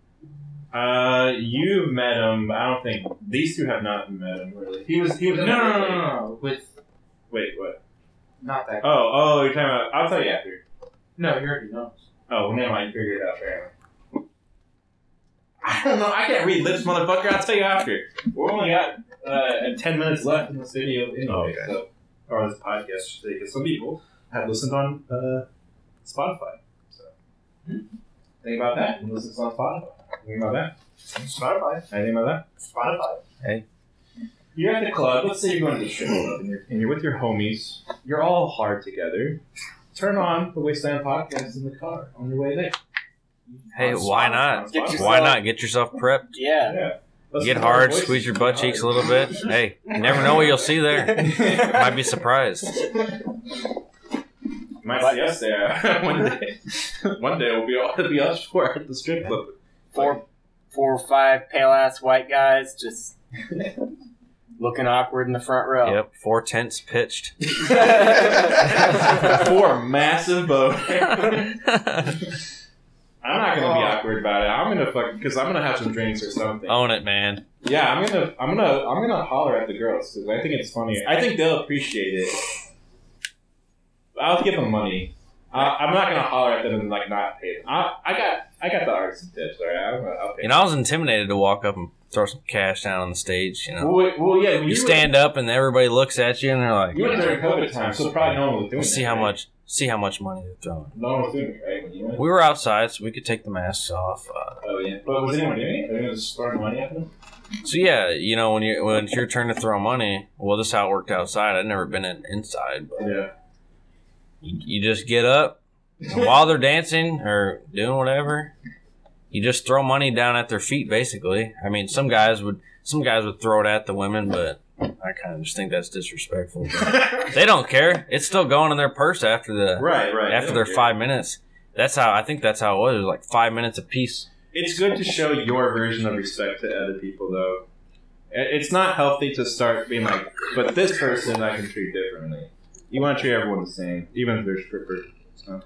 Speaker 3: Uh, you've met him. but I don't think these two have not met him really. He was he was
Speaker 2: No, no, no, no, no. With
Speaker 3: Wait, what?
Speaker 2: not that.
Speaker 3: Oh, oh, you're talking about? I'll tell you after.
Speaker 2: No, he already knows.
Speaker 3: Oh, well, never mind. You figured it out, apparently. I don't know. I can't read lips, motherfucker. I'll tell you after. We're only got uh, 10 minutes left in this video anyway,
Speaker 4: Oh, okay.
Speaker 3: so, or this podcast, because some people had listened on uh, Spotify. So think about that. and Listen on Spotify. Think about that.
Speaker 9: Spotify.
Speaker 3: Anything about that?
Speaker 9: Spotify.
Speaker 3: You're at the club. Let's say you're going to the strip club, and you're, and you're with your homies. You're all hard together. Turn on the Wasteland podcast in the car on your way there.
Speaker 4: Hey,
Speaker 3: On
Speaker 4: why
Speaker 3: Spotify,
Speaker 4: not?
Speaker 3: on Spotify.
Speaker 4: Why not get yourself prepped?
Speaker 8: Yeah.
Speaker 3: Yeah. Let's
Speaker 4: Get
Speaker 3: listen to
Speaker 4: hard,
Speaker 3: our voices.
Speaker 4: squeeze your
Speaker 3: Get
Speaker 4: butt
Speaker 3: hard.
Speaker 4: cheeks a little bit. Hey, you never know what you'll see there. Might be surprised.
Speaker 3: Might see us there one day. One day we'll be all to be us four at the strip club.
Speaker 8: Four, four or five pale ass white guys just looking awkward in the front row.
Speaker 4: Yep, four tents pitched.
Speaker 3: four massive boners.
Speaker 4: Own
Speaker 3: I'm not gonna be awkward about it. I'm gonna fuck because I'm gonna have some drinks or something.
Speaker 4: it, man.
Speaker 3: Yeah, I'm gonna, I'm gonna, I'm gonna holler at the girls because I think it's funny. I think they'll appreciate it. I'll give them money. I, I'm not gonna holler at them and like not pay them. I, I got, I got the arts and tips. All right, I'm gonna, I'll pay.
Speaker 4: You know, I was intimidated to walk up and throw some cash down on the stage. You know,
Speaker 3: well, wait, well, yeah,
Speaker 4: you stand up and everybody looks at you and they're
Speaker 3: Were, you went
Speaker 4: like,
Speaker 3: during COVID time, so probably no one was doing.
Speaker 4: "Let's see
Speaker 3: that,
Speaker 4: how
Speaker 3: right?
Speaker 4: much, see how much money they're throwing."
Speaker 3: No one was doing it, right? When you went.
Speaker 4: We were outside, so we could take the masks off. Uh,
Speaker 3: Oh yeah, but was anyone doing it? They were just throwing money at them.
Speaker 4: so yeah, you know, when you when it's your turn to throw money, well, this is how it worked outside. I'd never been in, inside, but
Speaker 3: Yeah.
Speaker 4: you, you just get up and while they're dancing or doing whatever, you just throw money down at their feet. Basically, I mean, some guys would some guys would throw it at the women, but I kind of just think that's disrespectful. But they don't care; it's still going in their purse after the
Speaker 3: Right, right.
Speaker 4: after their five minutes. That's how I think that's how it was. It was like five minutes a piece.
Speaker 3: It's good to show your version of respect to other people, though. I- It's not healthy to start being like, but this person I can treat differently. You want to treat everyone the same, even if they're stripper. So.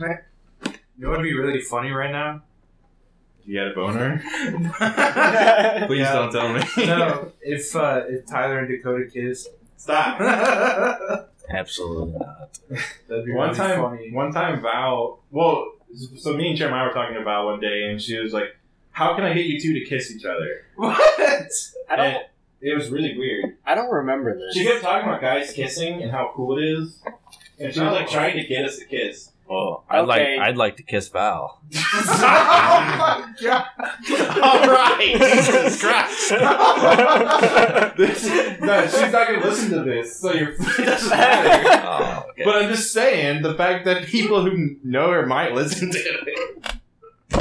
Speaker 2: You know what would be really funny right now?
Speaker 3: You got a boner? Please
Speaker 2: Yeah.
Speaker 3: don't tell me.
Speaker 2: No, if uh, if Tyler and Dakota kissed.
Speaker 3: Stop.
Speaker 4: Absolutely not.
Speaker 2: That'd be
Speaker 3: one
Speaker 2: really
Speaker 3: time,
Speaker 2: funny.
Speaker 3: one time, Val. Well, so me and Jeremiah were talking about one day, and she was like, "How can I get you two to kiss each other?"
Speaker 2: What?
Speaker 8: I don't.
Speaker 3: And it was really weird.
Speaker 8: I don't remember
Speaker 3: She
Speaker 8: this.
Speaker 3: kept talking about guys kissing and how cool it is, and she was like trying to get us to kiss.
Speaker 4: Well, I'd
Speaker 8: Okay.
Speaker 4: like I'd like to kiss Val.
Speaker 3: All right, Jesus Christ! This- no, she's not gonna listen to this, so you're, it doesn't matter.
Speaker 4: Oh, okay.
Speaker 3: But I'm just saying the fact that people who know her might listen to it.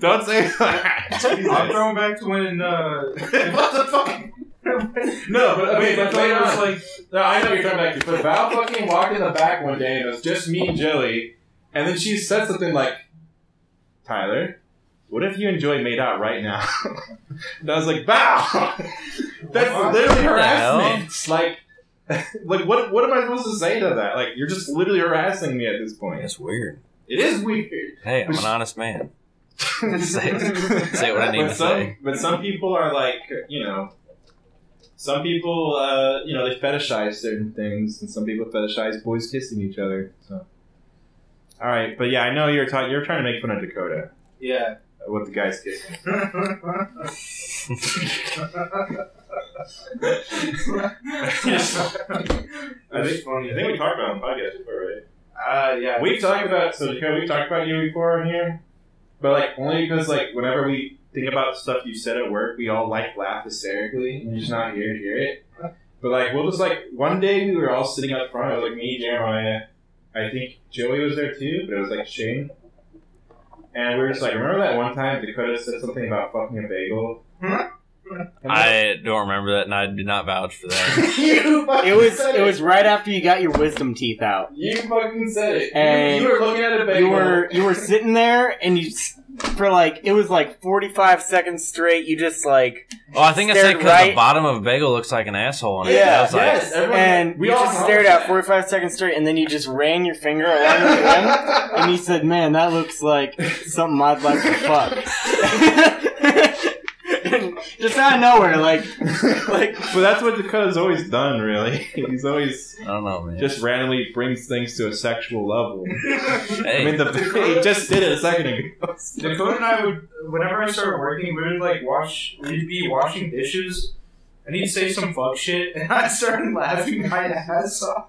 Speaker 3: Don't say that.
Speaker 2: I'm
Speaker 3: Jesus.
Speaker 2: throwing back to when uh,
Speaker 3: what the fuck? No, but okay,
Speaker 2: when
Speaker 3: but later
Speaker 2: it
Speaker 3: on.
Speaker 2: was like
Speaker 3: No, I know you're talking back to, but Val fucking walked in the back one day and it was just me and Joey, and then she said something like, Tyler, what if you and Joey made out right now? and I was like, Val! That's
Speaker 2: What?
Speaker 3: literally
Speaker 4: What the hell?
Speaker 3: harassment. Like, like what what am I supposed to say to that? Like, you're just literally harassing me at this point.
Speaker 4: That's weird.
Speaker 3: It is weird.
Speaker 4: Hey, I'm an honest man. Say- say what I need
Speaker 3: but
Speaker 4: to
Speaker 3: some,
Speaker 4: say.
Speaker 3: But some people are like, you know, some people, uh, you know, they fetishize certain things, and some people fetishize boys kissing each other. So, all right, but yeah, I know you're talking. You're trying to make fun of Dakota
Speaker 2: yeah.
Speaker 3: uh, with the guys kissing. I
Speaker 2: That's
Speaker 3: think,
Speaker 2: funny.
Speaker 3: I think we talked about it on the podcast before, right?
Speaker 2: Uh, yeah.
Speaker 3: We've talked about so Dakota, we've talked about you before on here, but like only because like whenever we think about stuff you said at work, we all like laugh hysterically, and you're just not here to hear it. But like we'll just like one day we were all sitting up front. It was like me, Jeremiah, I think Joey was there too, but it was like Shane, and we were just like, remember that one time Dakota said something about fucking a bagel. And
Speaker 4: I don't remember that, and I do not vouch for that.
Speaker 3: you fucking
Speaker 8: It was.
Speaker 3: said
Speaker 8: It was right after you got your wisdom teeth out.
Speaker 3: You fucking said it. You-
Speaker 8: And
Speaker 3: you were looking at a bagel.
Speaker 8: You were you were sitting there and you s- for like it was like 45 seconds straight you just like
Speaker 4: Oh, I think I said
Speaker 8: Stared
Speaker 4: because the
Speaker 8: right-
Speaker 4: bottom of a bagel looks like an asshole. And
Speaker 8: Yeah,
Speaker 4: I was like,
Speaker 3: yes, everyone,
Speaker 8: and
Speaker 3: we
Speaker 8: you
Speaker 3: all
Speaker 8: just
Speaker 3: know
Speaker 8: stared
Speaker 3: that.
Speaker 8: at 45 seconds straight and then you just ran your finger along the rim and you said, "Man, that looks like something I'd like to fuck." And just out of nowhere like
Speaker 3: like, but that's what Dakota's always done. Really, he's always
Speaker 4: I don't know, man.
Speaker 3: just randomly brings things to a sexual level.
Speaker 4: hey,
Speaker 3: I mean, the, he just did it a second ago.
Speaker 2: Dakota and I would, whenever I started working, we would like wash, we'd be washing dishes, and he'd say some fuck shit, and I started laughing my ass off.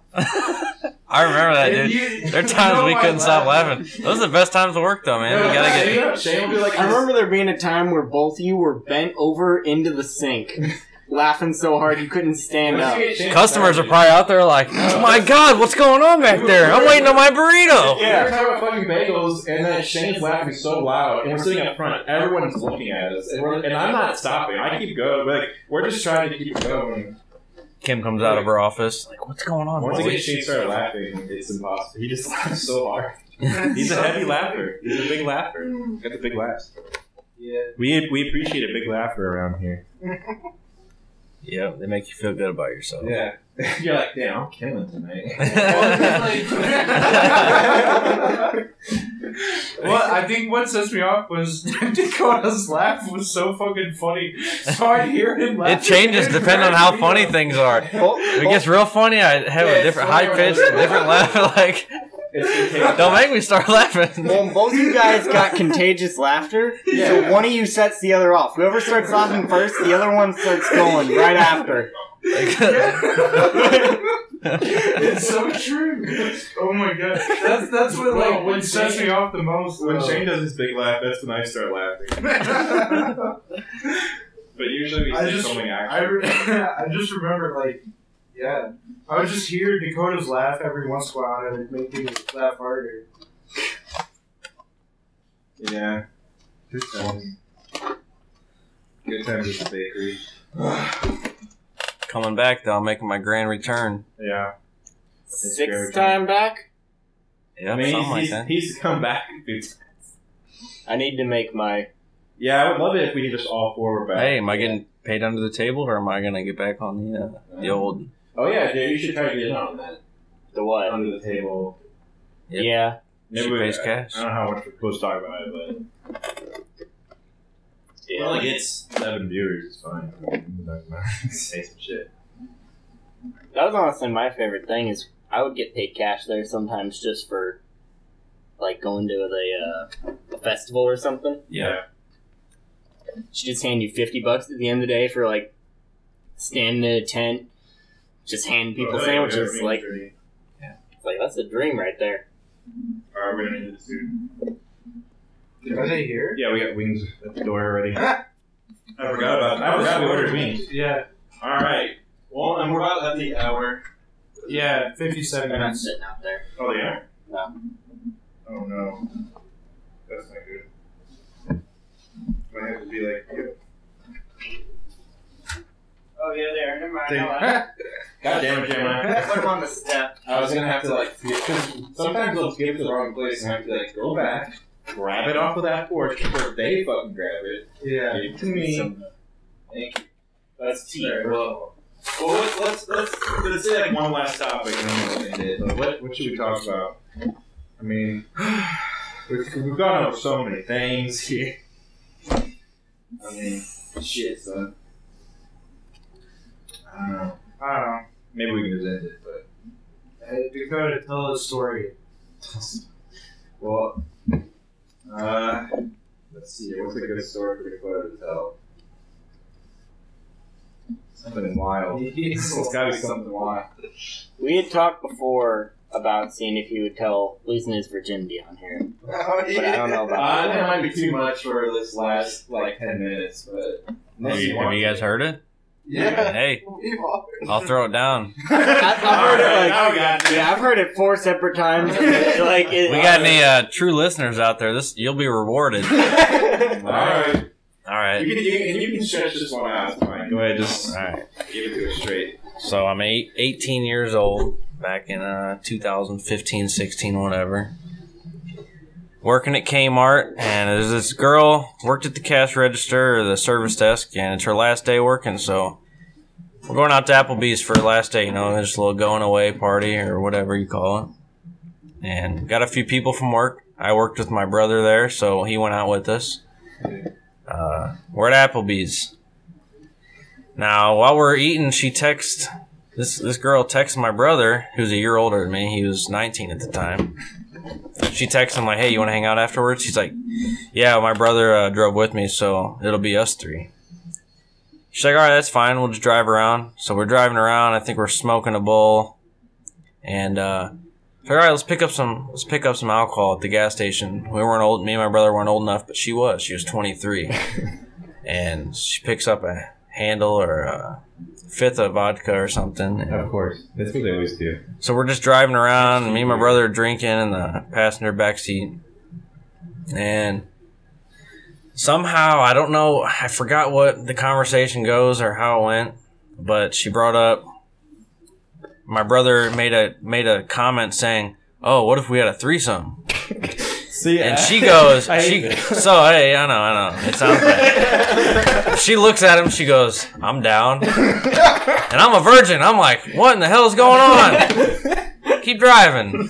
Speaker 4: I remember that, dude.
Speaker 2: You-
Speaker 4: There are
Speaker 2: you
Speaker 4: times
Speaker 2: know
Speaker 4: we
Speaker 2: why
Speaker 4: couldn't
Speaker 2: I
Speaker 4: stop
Speaker 2: laugh.
Speaker 4: laughing. Those are the best times to work, though, man.
Speaker 2: No,
Speaker 4: you gotta get.
Speaker 2: Shane- Shane will be like,
Speaker 8: I
Speaker 2: this.
Speaker 8: remember there being a time where both of you were bent over into the sink, laughing so hard you couldn't stand up.
Speaker 2: Shane-
Speaker 4: Customers are probably out there like, oh my god, what's going on back there? I'm waiting on my burrito.
Speaker 3: Yeah. We were talking about fucking bagels, and then Shane's laughing so loud, and we're sitting up front. Everyone's looking at us, and, we're, and I'm not stopping. I keep going. We're, like, we're just trying to keep going.
Speaker 4: Kim comes out of her office, like, what's going on?
Speaker 3: Once again,
Speaker 4: boys?"
Speaker 3: Shane started laughing. It's impossible. He just laughs so hard. He's a heavy laugher. He's a big laugher.
Speaker 2: Mm.
Speaker 3: Got the big laughs.
Speaker 2: Yeah.
Speaker 3: We we appreciate a big laugher around here.
Speaker 4: Yeah, they make you feel good about yourself.
Speaker 3: Yeah. You're like, damn, I'm killing tonight.
Speaker 2: Well, I think what sets me off was Dakota's laugh was so fucking funny. So I hear him
Speaker 4: it
Speaker 2: laugh.
Speaker 4: changes depending on how funny things are. If it gets real funny, I have
Speaker 2: Yeah,
Speaker 4: a
Speaker 2: it's
Speaker 4: different
Speaker 2: funny
Speaker 4: high
Speaker 2: when
Speaker 4: pitch,
Speaker 2: it's-
Speaker 4: different laugh. Like,
Speaker 3: It's okay.
Speaker 4: don't make me start laughing.
Speaker 8: Well, both of you guys got contagious laughter, so one of you sets the other off. Whoever starts laughing first, the other one starts going right after.
Speaker 2: It's so true. Oh my god, that's that's what
Speaker 3: Well,
Speaker 2: like
Speaker 3: when
Speaker 2: what sets me
Speaker 3: Shane-
Speaker 2: off the most.
Speaker 3: When
Speaker 2: though.
Speaker 3: Shane does his big laugh, that's when I start laughing.
Speaker 2: I
Speaker 3: But usually we
Speaker 2: I
Speaker 3: say
Speaker 2: just-
Speaker 3: something actually.
Speaker 2: re- I just remember like, yeah, I would just hear Dakota's laugh every once in a while, and it'd make me laugh harder.
Speaker 3: Yeah. Good times. Good times at the bakery.
Speaker 4: Coming back though, I'm making my grand return.
Speaker 3: Yeah.
Speaker 8: Sixth time back?
Speaker 4: Yeah,
Speaker 3: I mean,
Speaker 4: something like
Speaker 3: he's,
Speaker 4: that.
Speaker 3: he's, he's come back.
Speaker 8: I need to make my.
Speaker 3: Yeah, I would love it if we just all four were back.
Speaker 4: Hey, am I getting paid under the table, or am I gonna get back on the uh, the old?
Speaker 3: Oh yeah, dude, you should try to get in on that.
Speaker 8: The what?
Speaker 3: Under the table.
Speaker 4: Yep.
Speaker 8: Yeah.
Speaker 4: She pays
Speaker 3: I,
Speaker 4: cash.
Speaker 3: I don't know how much we're supposed to talk about it, but
Speaker 8: Yeah.
Speaker 3: well, like it's seven viewers. It's fine. Say some shit.
Speaker 8: That was honestly my favorite thing is I would get paid cash there sometimes just for like going to the uh, a festival or something.
Speaker 3: Yeah.
Speaker 8: She just hand you fifty bucks at the end of the day for like standing in a tent, just handing people
Speaker 3: Oh, hey,
Speaker 8: sandwiches.
Speaker 3: whatever means
Speaker 8: like,
Speaker 3: for you.
Speaker 8: it's like that's a dream right there.
Speaker 3: All right, we're gonna end this soon.
Speaker 2: Are they here?
Speaker 3: Yeah, we got wings at the door already. I forgot about. I forgot we ordered wings.
Speaker 2: Yeah,
Speaker 3: All right. Well, and we're about at the hour.
Speaker 2: yeah, fifty-seven
Speaker 8: They're not
Speaker 2: minutes.
Speaker 8: sitting out there.
Speaker 3: Oh, they are.
Speaker 8: No.
Speaker 3: Oh no. That's not good. Might have to be like.
Speaker 8: Oh yeah, they are. Never mind.
Speaker 3: God damn it, Gemini.
Speaker 8: them on the step.
Speaker 3: I was gonna have to like feel- 'cause sometimes they'll give it to the wrong place and I have to like go back, grab it off of that porch before they fucking grab it,
Speaker 2: Yeah.
Speaker 3: give it to me. Thank you. That's tea. Well, well let's, let's let's let's say like one last topic and then we'll end it. Like, what what should we talk about? I mean, we've, we've gone over so many things here. I mean, shit, son. I don't know.
Speaker 2: I don't know.
Speaker 3: Maybe we can just end it, but.
Speaker 2: Hey, Dakota, tell the story.
Speaker 3: Well, uh, let's see. What's a good story for Dakota to tell? Something wild. it's gotta be something wild.
Speaker 8: We had talked before about seeing if he would tell losing his virginity on here,
Speaker 2: Oh,
Speaker 8: but I don't know
Speaker 3: Uh,
Speaker 8: about.
Speaker 3: that might be too much for this last like ten minutes, but
Speaker 4: Have you, have you guys heard it?
Speaker 2: Yeah.
Speaker 4: Hey,
Speaker 2: We've all
Speaker 4: I'll throw it down.
Speaker 8: I've heard it like
Speaker 3: now we got it.
Speaker 8: Yeah, I've heard it four separate times. like
Speaker 4: We
Speaker 8: it,
Speaker 4: got any uh, true listeners out there? This you'll be rewarded. All
Speaker 3: All right,
Speaker 4: right.
Speaker 3: you can, you, can, you can stretch this one out. It's fine. Go ahead, just
Speaker 4: All right.
Speaker 3: give it to it straight.
Speaker 4: So I'm eight, 18 years old back in uh, 2015, 16, whatever. Working at Kmart, and there's this girl worked at the cash register or the service desk, and it's her last day working. So we're going out to Applebee's for her last day, you know, just a little going away party or whatever you call it. And got a few people from work. I worked with my brother there, so he went out with us. Uh, we're at Applebee's. Now, while we're eating, she texts this this girl texts my brother, who's a year older than me. He was 19 at the time. She texts him like, "Hey, you want to hang out afterwards?" He's like, "Yeah, my brother uh, drove with me, so it'll be us three. She's like, "All right, that's fine. We'll just drive around." So we're driving around. I think we're smoking a bowl, and uh, All right, let's pick up some let's pick up some alcohol at the gas station. We weren't old. Me and my brother weren't old enough, but she was. She was 23, and she picks up a handle or a fifth of vodka or something. and-
Speaker 3: Of course, that's what they always do.
Speaker 4: so we're just driving around, and me and my brother are drinking in the passenger back seat. And somehow, I don't know, I forgot what the conversation goes or how it went, but she brought up my brother made a made a comment saying, "Oh, what if we had a threesome?"
Speaker 3: See,
Speaker 4: And she goes, she, "So hey, I know, I know, it sounds bad." she looks at him, she goes, "I'm down," and I'm a virgin. I'm like, "What in the hell is going on?" Keep driving.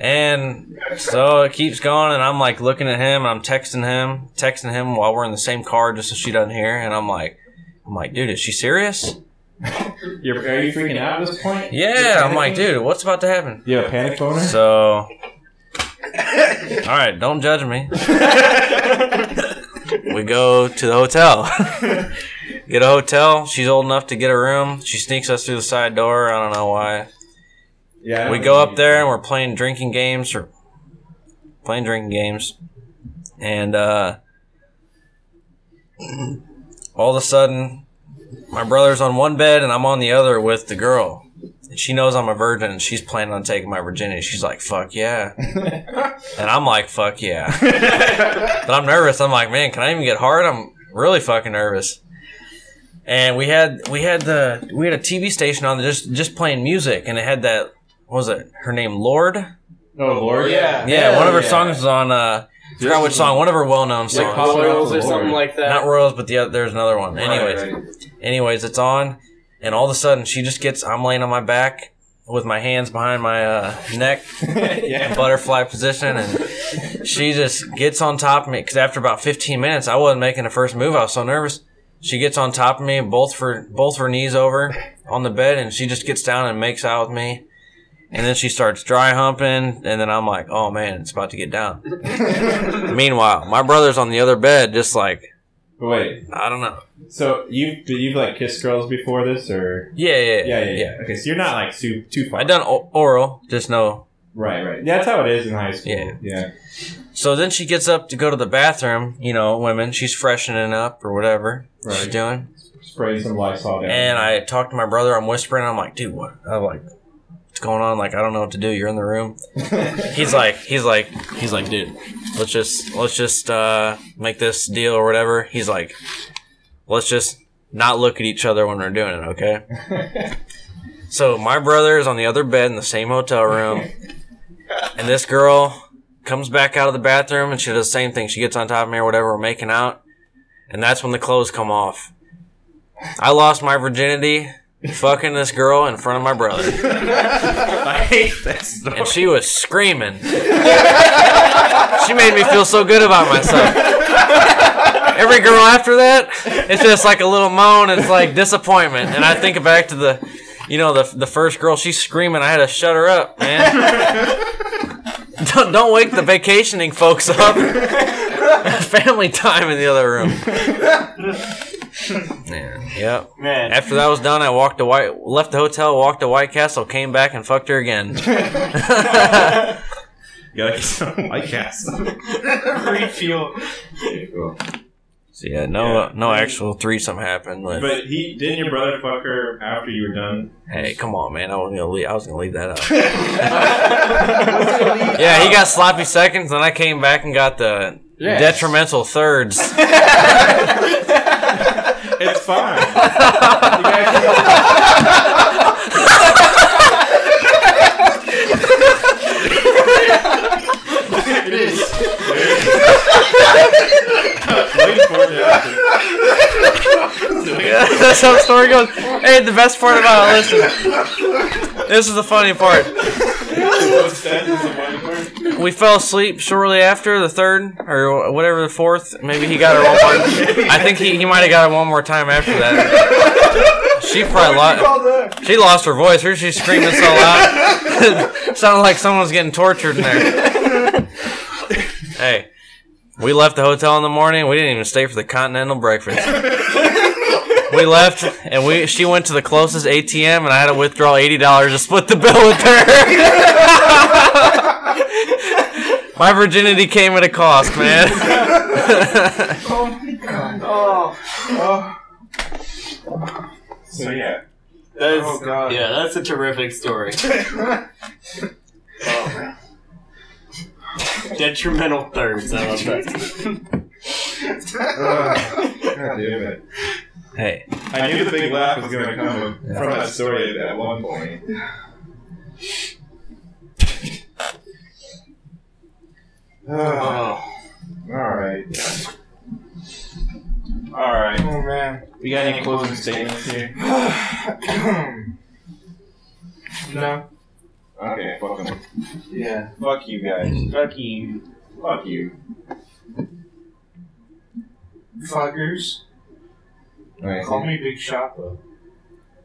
Speaker 4: And so it keeps going, and I'm like looking at him, and I'm texting him, texting him while we're in the same car, just so she doesn't hear. And I'm like, I'm like, dude, is she serious?
Speaker 3: You're, are you freaking out at this point?
Speaker 4: Yeah. I'm like, dude, what's about to happen?
Speaker 3: You have a panic boner?
Speaker 4: So, all right, don't judge me. We go to the hotel. get a hotel. She's old enough to get a room. She sneaks us through the side door. I don't know why.
Speaker 3: yeah. I don't
Speaker 4: we go
Speaker 3: think
Speaker 4: up there and we're playing drinking games or playing drinking games and uh all of a sudden my brother's on one bed and i'm on the other with the girl and she knows i'm a virgin and she's planning on taking my virginity she's like fuck yeah and i'm like fuck yeah but i'm nervous i'm like man can i even get hard i'm really fucking nervous and we had we had the we had a tv station on just just playing music and it had that what was it her name lord yeah,
Speaker 3: Oh Lord, yeah.
Speaker 4: one of her songs was on uh I forgot which song one of her well-known songs
Speaker 5: Royals or something like that.
Speaker 4: not royals but the other, there's another one anyways
Speaker 3: Right, right.
Speaker 4: anyways it's on and all of a sudden she just gets i'm laying on my back with my hands behind my uh, neck in butterfly position and she just gets on top of me because after about 15 minutes i wasn't making the first move i was so nervous she gets on top of me both for both her knees over on the bed and she just gets down and makes out with me and then she starts dry humping and then i'm like oh man it's about to get down meanwhile my brother's on the other bed just like
Speaker 3: But wait,
Speaker 4: i don't know
Speaker 3: so you did you like kiss girls before this or?
Speaker 4: yeah yeah yeah, yeah.
Speaker 3: Okay, so you're not like too too far.
Speaker 4: I done o- oral, just no.
Speaker 3: Right, right. That's how it is in high school.
Speaker 4: Yeah.
Speaker 3: yeah.
Speaker 4: So then she gets up to go to the bathroom. You know, women. She's freshening up or whatever she's
Speaker 3: Right.
Speaker 4: doing.
Speaker 3: Spraying some Lysol down.
Speaker 4: And I talk to my brother. I'm whispering. I'm like, dude, what? I'm like, what's going on? Like, I don't know what to do. You're in the room. he's like, he's like, he's like, dude, let's just let's just uh, make this deal or whatever. He's like, let's just not look at each other when we're doing it, okay? so my brother is on the other bed in the same hotel room, and this girl comes back out of the bathroom and she does the same thing. She gets on top of me or whatever. We're making out, and that's when the clothes come off. I lost my virginity fucking this girl in front of my brother. I hate that And she was screaming. she made me feel so good about myself. Every girl after that, it's just like a little moan. It's like disappointment. And I think back to the, you know, the, the first girl, she's screaming. I had to shut her up, man. Don't, don't wake the vacationing folks up. Family time in the other room. Yeah. Yep.
Speaker 5: Man,
Speaker 4: After that was done, I walked to White, left the hotel, walked to White Castle, came back and fucked her again.
Speaker 3: you gotta get some White Castle.
Speaker 2: Refuel.
Speaker 4: so yeah, no,
Speaker 3: Yeah.
Speaker 4: no actual threesome happened. But,
Speaker 3: But he didn't your brother fuck her after you were done.
Speaker 4: hey, come on, man, I was gonna leave. I was gonna leave that out. yeah, he got sloppy seconds, and I came back and got the detrimental thirds.
Speaker 3: It's fine. you guys,
Speaker 2: It is.
Speaker 3: wait for it.
Speaker 4: Yeah, that's how the story goes. Hey, the best part about it, listen. This is the funny part. We fell asleep shortly after the third, or whatever the fourth. Maybe he got her one more. I think he, he might have got her one more time after that. She probably lost. She lost her voice. Her she's screaming so loud, sounded like someone was getting tortured in there. Hey, we left the hotel in the morning. We didn't even stay for the continental breakfast. we left, and we she went to the closest ATM, and I had to withdraw eighty dollars to split the bill with her. My virginity came at a cost, man.
Speaker 3: So yeah,
Speaker 8: That's,
Speaker 2: Oh, God.
Speaker 8: Yeah, that's a terrific story. Detrimental thirds. I love that.
Speaker 3: God damn it.
Speaker 4: hey,
Speaker 3: I, knew the big laugh was gonna come from that story at one point. all
Speaker 8: Oh.
Speaker 3: right, all right.
Speaker 2: Oh man.
Speaker 3: We got any closing statements here?
Speaker 2: no.
Speaker 3: Okay, fuck 'em.
Speaker 2: Yeah.
Speaker 3: Fuck you guys. Fuck you. Fuck you.
Speaker 2: Fuckers.
Speaker 3: All right.
Speaker 2: Call me Big Shoppa.